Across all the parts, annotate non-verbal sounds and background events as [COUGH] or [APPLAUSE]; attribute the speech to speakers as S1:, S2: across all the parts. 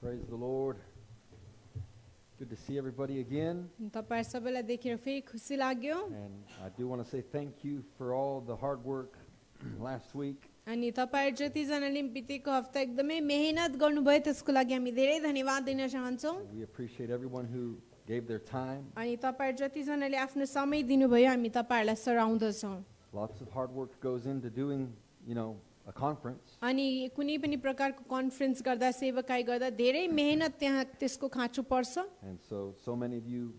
S1: Praise the Lord. Good to see everybody again.
S2: तपाईँ सबैलाई देखेर फेरि खुसी लाग्यो
S1: And I do want to say thank you for all the hard work [CLEARS THROAT] last week.
S2: अनि तपाईँ जतिजनाले बितेको हप्ता एकदमै मेहनत गर्नुभयो त्यसको लागि हामी धेरै धन्यवाद दिन चाहन्छौँ
S1: We appreciate everyone who gave their time.
S2: अनि तपाईँ जतिजनाले आफ्नो समय दिनुभयो हामी तपाईँहरूलाई सराउँदछौँ
S1: Lots of hard work goes into doing, you know, a conference.
S2: अनि कुनै पनि प्रकारको कन्फरेन्स गर्दा सेवाकाई गर्दा धेरै मेहनत त्यहाँ त्यसको खाँचो पर्छ
S1: And so, so many of you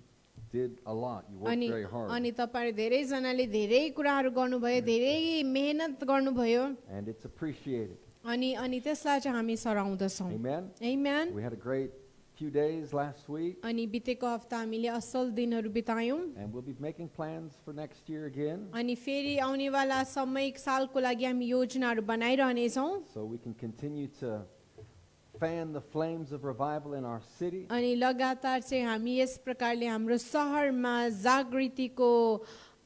S1: did a lot. You worked
S2: अनि
S1: very hard.
S2: अनि तपाईँ धेरैजनाले धेरै कुराहरू गर्नुभयो धेरै मेहनत गर्नुभयो
S1: And it's appreciated.
S2: अनि अनि त्यसलाई चाहिँ हामी सराउँदछौँ
S1: Amen.
S2: Amen.
S1: We had a great few days last week.
S2: अनि बितेको हप्ता हामीले असल दिनहरू बितायौँ
S1: And we'll be making plans for next year again.
S2: अनि फेरि आउनेवाला समय सालको लागि हामी योजनाहरू बनाइरहनेछौँ
S1: So we can continue to fan the flames of revival in our city.
S2: अनि लगातार चाहिँ हामी यस प्रकारले हाम्रो सहरमा जागृतिको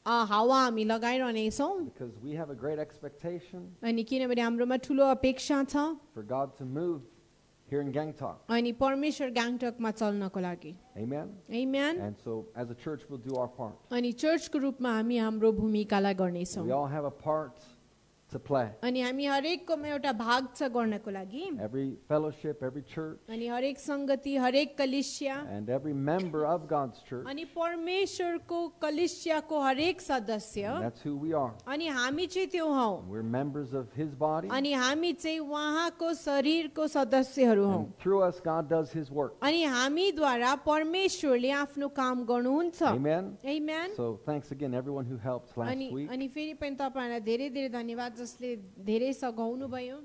S2: अ, हावा हामी लगाइरहनेछौँ
S1: Because we have a great expectation
S2: अनि किनभने हाम्रोमा ठुलो अपेक्षा छ
S1: for God to move here in Gangtok.
S2: अनि परमेश्वर गाङ्टकमा चल्नको लागि
S1: Amen?
S2: म्यान
S1: And so as a church, we'll do our part.
S2: अनि चर्चको रूपमा हामी हाम्रो भूमिकालाई गर्नेछौँ
S1: We all have a part to play.
S2: अनि हामी हरेककोमा एउटा भाग छ गर्नको लागि
S1: Every fellowship, every church,
S2: अनि हरेक सङ्गति हरेक कलिसिया
S1: and every member of God's church.
S2: अनि परमेश्वरको कलिसियाको हरेक
S1: And
S2: सदस्य
S1: that's who we are.
S2: अनि हामी चाहिँ त्यो हौ
S1: We're members of His body.
S2: अनि हामी चाहिँ उहाँको शरीरको सदस्यहरू हौ
S1: And through us, God does His work.
S2: अनि हामीद्वारा परमेश्वरले आफ्नो काम गर्नुहुन्छ
S1: Amen?
S2: Amen?
S1: So thanks again, everyone who helped
S2: अनि
S1: last week.
S2: अनि फेरि पनि तपाईँहरूलाई धेरै धेरै धन्यवाद जसले धेरै सघाउनु भयो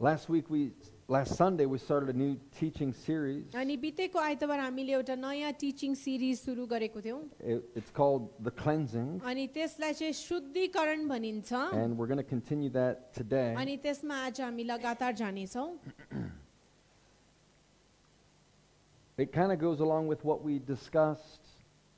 S1: Last week we, last Sunday we started a new teaching series.
S2: अनि बितेको आइतबार हामीले एउटा नयाँ टिचिङ सिरिज सुरु गरेको थियौँ
S1: It, it's called the cleansing,
S2: अनि त्यसलाई चाहिँ शुद्धिकरण भनिन्छ
S1: and we're going to continue that today.
S2: अनि त्यसमा आज हामी लगातार जानेछौँ
S1: It kind of goes along with what we discussed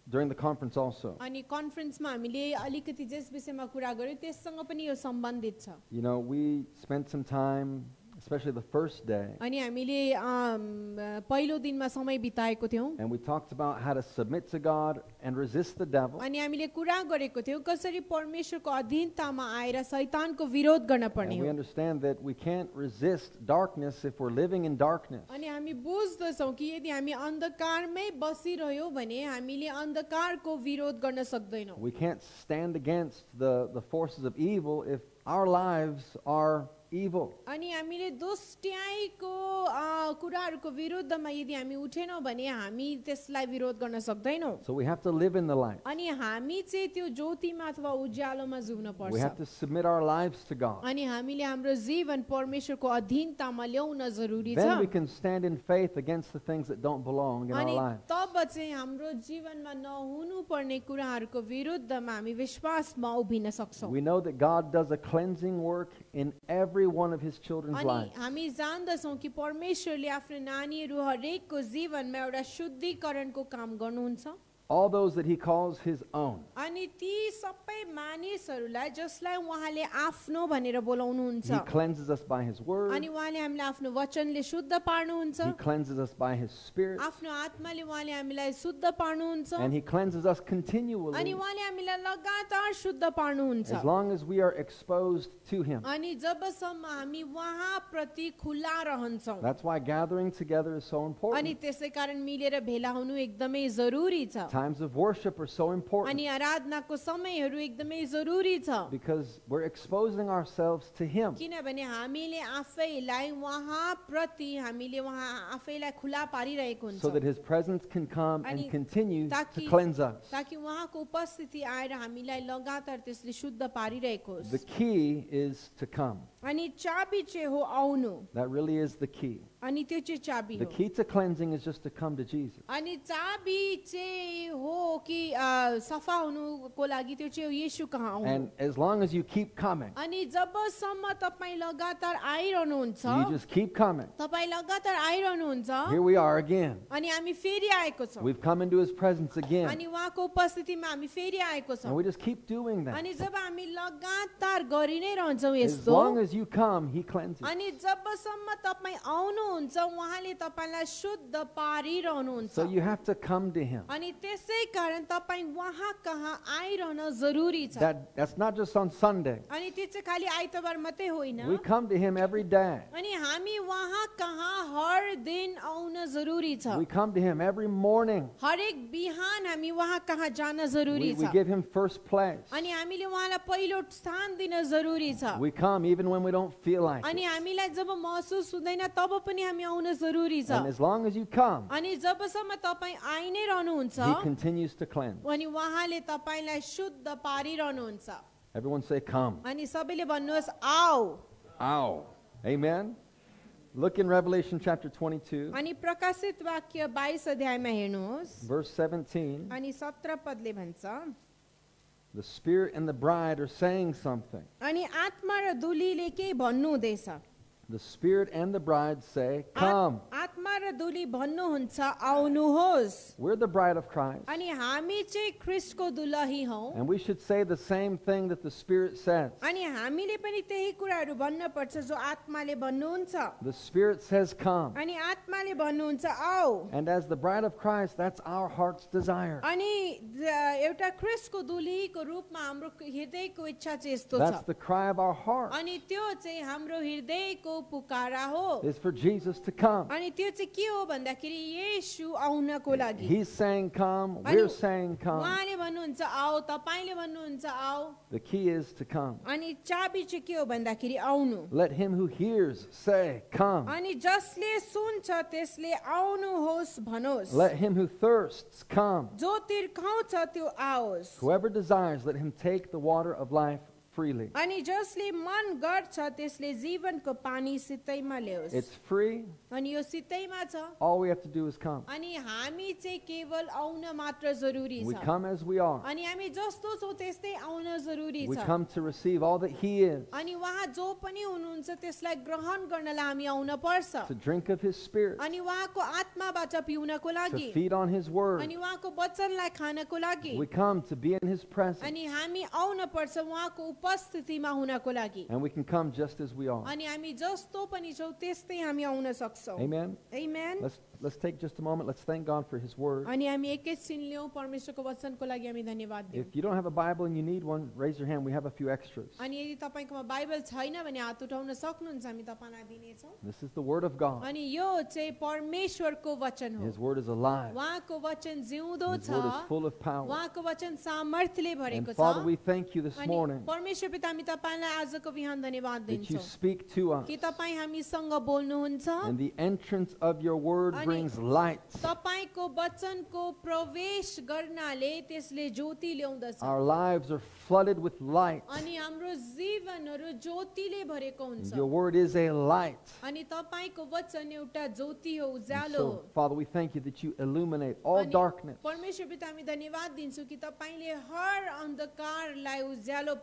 S1: during the conference also.
S2: अनि कन्फरेन्समा हामीले अलिकति त्यस विषयमा कुरा गर्यो त्यससँग पनि यो सम्बन्धित छ
S1: You know, we spent some time, especially the first day,
S2: अनि हामीले अम, पहिलो दिनमा समय बिताएको थियौँ
S1: and we talked about how to submit to God and resist the devil.
S2: अनि हामीले कुरा गरेको थियौँ कसरी परमेश्वरको अधीनतामा आएर शैतानको विरोध गर्न पर्ने
S1: And we
S2: हो
S1: understand that we can't resist darkness if we're living in darkness.
S2: अनि हामी बुझ्दछौँ कि यदि हामी अन्धकारमै बसिरह्यौँ भने हामीले अन्धकारको विरोध गर्न सक्दैनौँ
S1: We can't stand against the, the forces of evil if our lives are evil.
S2: अनि हामीले दुष्ट्याइको अ, कुराहरूको विरुद्धमा यदि हामी उठेनौँ भने हामी त्यसलाई विरोध गर्न सक्दैनौँ
S1: So we have to live in the light.
S2: अनि हामी चाहिँ त्यो ज्योतिमा अथवा उज्यालोमा जिउन
S1: We
S2: पर्छ
S1: have to submit our lives to God.
S2: अनि हामीले हाम्रो जीवन परमेश्वरको अधीनतामा ल्याउन जरुरी छ
S1: Then we can stand in faith against the things that don't belong in our
S2: अनि
S1: lives.
S2: तब चाहिँ हाम्रो जीवनमा नहुनुपर्ने कुराहरूको विरुद्धमा हामी विश्वासमा उभिन सक्छौँ
S1: We know that God does a cleansing work in every one of his children's
S2: अनि
S1: lives.
S2: हामी जान्दछौँ कि परमेश्वरले आफ्नो नानीहरू हरेकको जीवनमा एउटा शुद्धिकरणको काम गर्नुहुन्छ
S1: All those that he calls his own.
S2: अनि ती सबै मानिसहरूलाई जसलाई उहाँले आफ्नो भनेर बोलाउनुहुन्छ
S1: He cleanses us by his word.
S2: अनि उहाँले हामीलाई आफ्नो वचनले शुद्ध पार्नुहुन्छ
S1: He cleanses us by his spirit.
S2: आफ्नो आत्माले उहाँले हामीलाई शुद्ध पार्नुहुन्छ
S1: And he cleanses us
S2: अनि
S1: continually
S2: उहाँले हामीलाई लगातार शुद्ध पार्नुहुन्छ
S1: as long as we are exposed to him.
S2: अनि जबसम्म हामी उहाँप्रति खुला रहन्छौँ
S1: That's why gathering together is so
S2: अनि
S1: important.
S2: त्यसै कारण मिलेर भेला हुनु एकदमै जरुरी छ
S1: Times of worship are so important
S2: अनि आराधनाको समयहरू एकदमै जरुरी छ
S1: because we're exposing ourselves to him.
S2: किनभने हामीले आफैलाई उहाँप्रति हामीले उहाँ आफैलाई खुला पारिरहेको हुन्छ
S1: so that his presence can come and
S2: Ani-
S1: continue to
S2: taki-
S1: cleanse us.
S2: ताकि उहाँको उपस्थिति आएर हामीलाई लगातार त्यसले शुद्ध पारिरहेको
S1: The
S2: होस्
S1: key is to come.
S2: अनि चाबी चाहिँ हो आउनु
S1: That really is the key.
S2: अनि त्यो चाहिँ चाबी
S1: The
S2: हो
S1: key to cleansing is just to come to Jesus.
S2: अनि चाबी चाहिँ हो कि अ, सफा हुनुको लागि त्यो चाहिँ यीशु कहाँ
S1: And
S2: आउनु
S1: as long as you keep coming,
S2: अनि जबसम्म तपाईँ लगातार आइरहनुहुन्छ
S1: you just keep coming.
S2: तपाईँ लगातार आइरहनुहुन्छ
S1: Here we are again.
S2: अनि हामी फेरि आएको छौँ
S1: We've come into his presence again.
S2: अनि उहाँको उपस्थितिमा हामी फेरि आएको
S1: And
S2: छौँ
S1: we just keep doing that.
S2: अनि जब हामी लगातार गरि नै रहन्छौँ
S1: As
S2: यस्तो
S1: long as you come, he cleanses.
S2: अनि जबसम्म तपाईँ आउनु हुनुहुन्छ उहाँले तपाईँलाई शुद्ध पारिरहनुहुन्छ
S1: So you have to come to Him.
S2: अनि त्यसै कारण तपाईँ उहाँ कहाँ आइरहन जरुरी छ
S1: That, that's not just on Sunday.
S2: अनि त्यो चाहिँ खालि आइतबार मात्रै होइन
S1: We come to Him every day.
S2: अनि हामी उहाँ कहाँ हर दिन आउन जरुरी छ
S1: We come to Him every morning.
S2: हरेक बिहान हामी उहाँ कहाँ जान जरुरी
S1: We, we
S2: छ
S1: give Him first place.
S2: अनि हामीले उहाँलाई पहिलो स्थान दिन जरुरी छ
S1: We come even when we don't feel like
S2: अनि
S1: it.
S2: हामीलाई जब महसुस हुँदैन तब पनि हामी आउन जरुरी छ
S1: And as long as you come,
S2: अनि जबसम्म तपाईँ आइ नै रहनुहुन्छ
S1: He continues to cleanse.
S2: अनि उहाँले तपाईँलाई शुद्ध पारिरहनुहुन्छ
S1: Everyone say, Come.
S2: अनि सबैले भन्नुहोस् आओ
S1: Ow. Amen. Look in Revelation chapter 22,
S2: अनि प्रकाशित वाक्य बाइस अध्यायमा हेर्नुहोस्
S1: verse 17.
S2: अनि सत्र पदले भन्छ
S1: The Spirit and the bride are saying something.
S2: अनि आत्मा र दुलीले के भन्नुहुँदैछ
S1: The Spirit and the bride say, Come.
S2: आत- आत्मा र दुली भन्नुहुन्छ आउनुहोस्
S1: We're the bride of Christ.
S2: अनि हामी चाहिँ ख्रिस्टको दुलही हौ
S1: And we should say the same thing that the Spirit says.
S2: अनि हामीले पनि त्यही कुराहरू भन्न पर्छ जो आत्माले भन्नुहुन्छ
S1: The Spirit says, Come.
S2: अनि आत्माले भन्नुहुन्छ आऊ
S1: And as the bride of Christ, that's our heart's desire.
S2: अनि ज- एउटा ख्रिस्टको दुलीको रूपमा हाम्रो हृदयको इच्छा चाहिँ यस्तो छ
S1: That's the cry of our heart,
S2: अनि त्यो चाहिँ हाम्रो हृदयको पुकारा हो
S1: is for Jesus to come.
S2: अनि त्यो चाहिँ के हो भन्दाखेरि येशू आउनको लागि
S1: He's saying, Come. We're saying, Come.
S2: उहाँले भन्नुहुन्छ आऊ तपाईँले भन्नुहुन्छ आऊ
S1: The key is to come.
S2: अनि चाबी चाहिँ के हो भन्दाखेरि आउनु
S1: Let him who hears say, Come.
S2: अनि जसले सुन्छ त्यसले आउनुहोस् भनोस्
S1: Let him who thirsts come.
S2: जो तिर्खाउँछ त्यो आओस्
S1: Whoever desires, let him take the water of life freely.
S2: अनि जसले मन गर्छ त्यसले जीवनको पानी सितैमा ल्याओस्
S1: It's free.
S2: अनि यो सितैमा छ
S1: All we have to do is come.
S2: अनि हामी चाहिँ केवल आउन मात्र जरुरी
S1: We
S2: छ
S1: come as we are.
S2: अनि हामी जस्तो छौँ त्यस्तै आउन जरुरी
S1: We
S2: छ
S1: come to receive all that he is,
S2: अनि उहाँ जो पनि हुनुहुन्छ त्यसलाई ग्रहण गर्नलाई हामी आउन पर्छ
S1: to drink of his spirit,
S2: अनि उहाँको आत्माबाट पिउनको लागि
S1: to feed on his word.
S2: अनि उहाँको वचनलाई खानको लागि
S1: We come to be in his presence,
S2: अनि हामी आउन पर्छ उहाँको उपस्थितिमा हुनको लागि
S1: and we can come just as we are.
S2: अनि हामी जस्तो पनि छौँ त्यस्तै हामी आउन सक्छौँ
S1: Amen.
S2: Amen.
S1: Let's, let's take just a moment. Let's thank God for his word.
S2: अनि हामी एकैछिन लियौँ परमेश्वरको वचनको लागि हामी धन्यवाद
S1: If
S2: दियौँ
S1: you don't have a Bible and you need one, raise your hand. We have a few extras.
S2: अनि यदि तपाईँकोमा बाइबल छैन भने हात उठाउन सक्नुहुन्छ हामी तपाईँलाई दिनेछौँ
S1: This is the word of God.
S2: अनि यो चाहिँ परमेश्वरको वचन हो
S1: His word is alive.
S2: उहाँको वचन जिउँदो
S1: His
S2: छ
S1: word is full of power.
S2: उहाँको वचन सामर्थ्यले भरेको
S1: And
S2: छ
S1: Father, we thank you this
S2: अनि
S1: morning
S2: परमेश्वर पिता हामी तपाईँलाई आजको बिहान धन्यवाद
S1: that you
S2: दिन्छौँ
S1: speak to us.
S2: कि तपाईँ हामीसँग बोल्नुहुन्छ
S1: And the entrance of your word
S2: Ani-
S1: brings light.
S2: तपाईँको वचनको प्रवेश गर्नाले त्यसले ज्योति ल्याउँदछ
S1: Our lives are flooded with light.
S2: अनि हाम्रो जीवनहरू ज्योतिले भरेको
S1: And
S2: हुन्छ
S1: your word is a light.
S2: अनि तपाईँको वचन एउटा ज्योति हो
S1: And
S2: उज्यालो
S1: so, Father, we thank you that you illuminate all
S2: हो
S1: darkness.
S2: परमेश्वर पिता हामी धन्यवाद दिन्छौँ कि तपाईँले हर अन्धकारलाई उज्यालो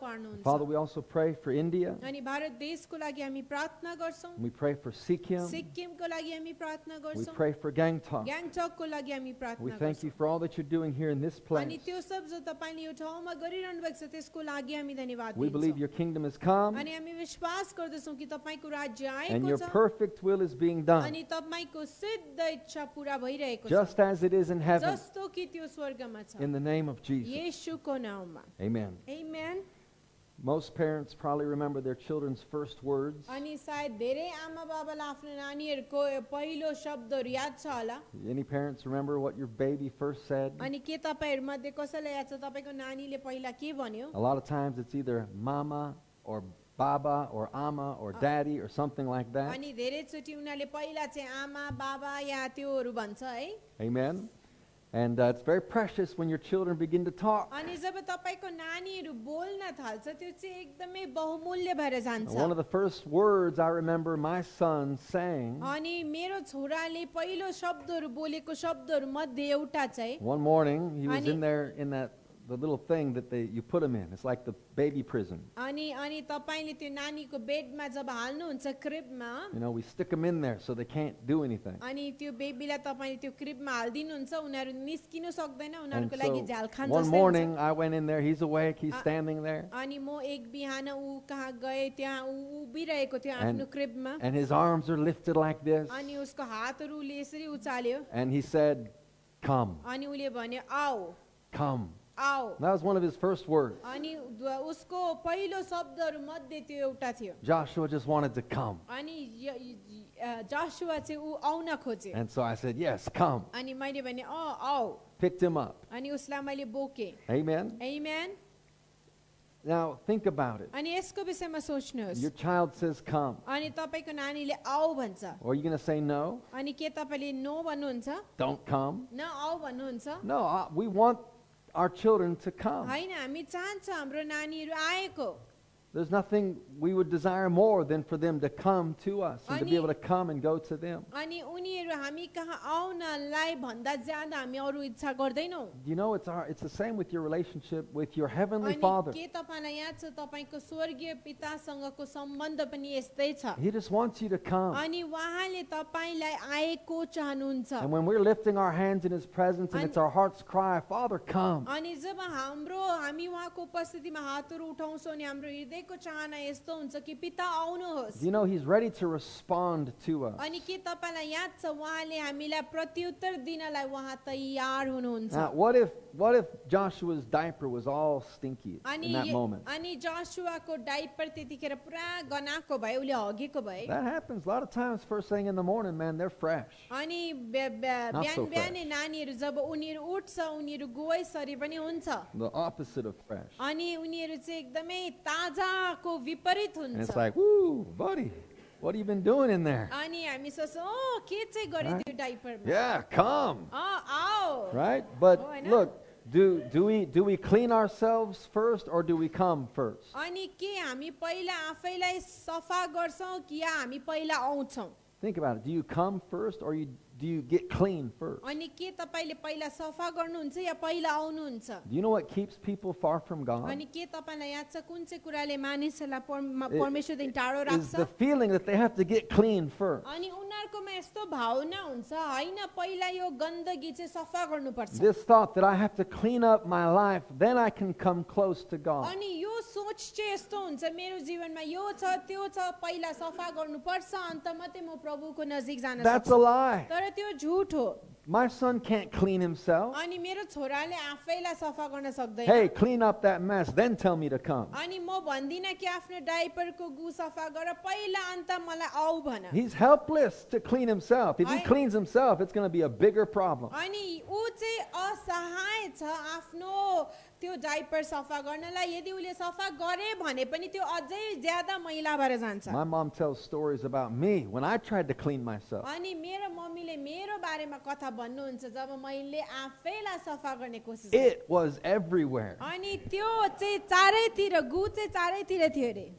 S1: Father,
S2: पार्नुहुन्छ
S1: we also pray for India.
S2: अनि भारत देशको लागि हामी प्रार्थना गर्छौँ
S1: We pray for Sikkim.
S2: सिक्किमको लागि हामी प्रार्थना
S1: We
S2: गर्छौँ
S1: pray for Gangtok.
S2: ग्याङटकको लागि हामी
S1: We
S2: प्रार्थना
S1: thank
S2: गर्छौँ
S1: you for all that you're doing here in this
S2: अनि
S1: place.
S2: त्यो सब जो तपाईँले यो ठाउँमा गरिरहनु भएको छ त्यसको लागि हामी धन्यवाद
S1: We believe
S2: दिन्छौँ
S1: your kingdom has come
S2: अनि हामी विश्वास गर्दछौँ कि तपाईँको राज्य
S1: and
S2: आएको
S1: your
S2: छ
S1: perfect will is being done,
S2: अनि तपाईँको सिद्ध इच्छा पूरा भइरहेको छ
S1: just as it is in heaven,
S2: जस्तो कि त्यो स्वर्गमा छ
S1: in the name of Jesus.
S2: येशूको नाउँमा
S1: Amen.
S2: Amen.
S1: Most parents probably remember their children's first words.
S2: अनि सायद धेरै आमा बाबालाई आफ्नो नानीहरूको पहिलो शब्दहरू याद छ होला
S1: Any parents remember what your baby first said?
S2: अनि के तपाईँहरूमध्ये कसैलाई याद छ तपाईँको नानीले पहिला के भन्यो
S1: A lot of times it's either mama or baba or ama or daddy or something like that.
S2: अनि धेरैचोटि उनीहरूले पहिला चाहिँ आमा बाबा या त्योहरू भन्छ है
S1: Amen. And uh, it's very precious when your children begin to talk.
S2: अनि जब तपाईँको नानीहरू बोल्न थाल्छ त्यो चाहिँ एकदमै बहुमूल्य भएर जान्छ
S1: One of the first words I remember my son saying
S2: अनि मेरो छोराले पहिलो शब्दहरू बोलेको शब्दहरू मध्ये एउटा चाहिँ
S1: One morning, he was
S2: Ani-
S1: in there in that the little thing that they, you put them in. It's like the baby prison.
S2: अनि अनि तपाईँले त्यो नानीको बेडमा जब हाल्नुहुन्छ क्रिबमा
S1: You know, we stick them in there so they can't do anything.
S2: अनि त्यो बेबीलाई तपाईँले त्यो क्रिबमा हालिदिनुहुन्छ उनीहरू निस्किनु सक्दैन
S1: And
S2: उनीहरूको लागि
S1: so
S2: झ्याल खान्छ
S1: one morning, I went in there. He's awake. He's
S2: Uh,
S1: standing there.
S2: अनि म एक बिहान ऊ कहाँ गएँ त्यहाँ ऊ उभिरहेको थियो आफ्नो
S1: And-
S2: क्रिबमा
S1: And his arms are lifted like this.
S2: अनि उसको हातहरू उसले यसरी उचाल्यो
S1: And he said, Come,
S2: अनि उसले भन्यो आऊ
S1: come.
S2: आऊ
S1: That was one of his first words.
S2: अनि द- उसको पहिलो शब्दहरू मध्ये त्यो एउटा थियो
S1: Joshua just wanted to come.
S2: अनि य- य- अ, जसुवा चाहिँ ऊ आउन खोजे
S1: And so I said, Yes, come.
S2: अनि मैले भने अँ आऊ
S1: Picked him up.
S2: अनि उसलाई मैले बोकेँ
S1: Amen.
S2: Amen.
S1: Now think about it.
S2: अनि यसको विषयमा
S1: Your
S2: सोच्नुहोस्
S1: child says, Come.
S2: अनि तपाईँको नानीले आऊ भन्छ
S1: Or are you going to say no?
S2: अनि के तपाईँले नो भन्नुहुन्छ
S1: Don't come?
S2: न आऊ भन्नुहुन्छ
S1: No, I, we want our children to come.
S2: होइन हामी चाहन्छ हाम्रो नानीहरू आएको
S1: There's nothing we would desire more than for them to come to us and to be
S2: Ani-
S1: able to come and go to them.
S2: अनि उनीहरू हामी कहाँ आउनलाई भन्दा ज्यादा हामी अरू इच्छा गर्दैनौँ
S1: You know, it's, our, it's the same with your relationship with your Heavenly
S2: अनि
S1: Father.
S2: के तपाईँलाई याद छ तपाईँको स्वर्गीय पितासँगको सम्बन्ध पनि यस्तै छ
S1: He just wants you to come.
S2: अनि उहाँले तपाईँलाई आएको चाहनुहुन्छ
S1: And when we're lifting our hands in His presence and
S2: Ani-
S1: it's our heart's cry, Father, come.
S2: अनि जब हाम्रो हामी उहाँको उपस्थितिमा हातहरू उठाउँछौँ अनि हाम्रो हृदयको चाहना यस्तो हुन्छ कि पिता आउनुहोस्
S1: You know, He's ready to respond to us.
S2: अनि के तपाईँलाई याद छ उहाँले हामीलाई प्रत्युत्तर दिनलाई उहाँ तयार हुनुहुन्छ
S1: Now, what if, what if Joshua's diaper was all stinky
S2: अनि
S1: in that
S2: ये-
S1: moment?
S2: अनि जसुवाको डाइपर त्यतिखेर पुरा गनाएको भयो उसले हगेको भयो
S1: That happens a lot of times first thing in the morning, man, they're fresh.
S2: अनि ब- ब-
S1: Not
S2: बिहान
S1: so
S2: बिहानै
S1: fresh.
S2: नानीहरू जब उनीहरू उठ्छ उनीहरू गोएसरी पनि हुन्छ
S1: The opposite of fresh.
S2: अनि उनीहरू चाहिँ एकदमै ताजाको विपरीत
S1: And
S2: हुन्छ
S1: it's like, woo, buddy, what have you been doing in there?
S2: अनि हामी सोच्छौँ "ओ, के चाहिँ गरे
S1: Right?
S2: त्यो डाइपरमा
S1: Yeah, come.
S2: अँ, आओ
S1: Right?
S2: Oh, I
S1: But
S2: know.
S1: look, do, do, we, do we clean ourselves first or do we come first?
S2: अनि के हामी पहिला आफैलाई सफा गर्छौँ कि या हामी पहिला आउँछौँ
S1: Think about it. Do you come first or you, do you get clean first?
S2: अनि के तपाईँले पहिला सफा गर्नुहुन्छ या पहिला आउनुहुन्छ
S1: Do you know what keeps people far from God?
S2: अनि के तपाईँलाई याद छ कुन चाहिँ कुराले मानिसहरूलाई परम-
S1: It-
S2: परमेश्वरदेखि टाढो
S1: Is
S2: राख्छ
S1: the feeling that they have to get clean first.
S2: अनि उनीहरूकोमा यस्तो भावना हुन्छ होइन पहिला यो गन्दगी चाहिँ सफा गर्नुपर्छ
S1: This thought that I have to clean up my life, then I can come close to God.
S2: अनि यो सोच चाहिँ यस्तो हुन्छ मेरो जीवनमा यो छ त्यो छ पहिला सफा गर्नुपर्छ अन्त मात्रै म प्रभुको नजिक जान
S1: That's a
S2: सक्छु
S1: lie.
S2: तर त्यो झुट हो
S1: My son can't clean himself.
S2: अनि मेरो छोराले आफैलाई सफा गर्न सक्दैन
S1: Hey, clean up that mess, then tell me to come.
S2: अनि म भन्दिनँ कि आफ्नो डाइपरको गु सफा गर पहिला अन्त मलाई आऊ भन
S1: He's helpless to clean himself. If he
S2: I-
S1: cleans himself, it's going to be a bigger problem.
S2: अनि ऊ चाहिँ असहाय छ आफ्नो त्यो डाइपर सफा गर्नलाई यदि उसले सफा गरे भने पनि त्यो अझै ज्यादा मैला भएर जान्छ
S1: My mom tells stories about me when I tried to clean myself.
S2: अनि मेरो मम्मीले मेरो बारेमा कथा भन्नुहुन्छ जब मैले आफैलाई सफा गर्ने कोसिस गरेँ।
S1: It was everywhere.
S2: अनि त्यो चाहिँ चारैतिर गु चाहिँ चारैतिर थियो अरे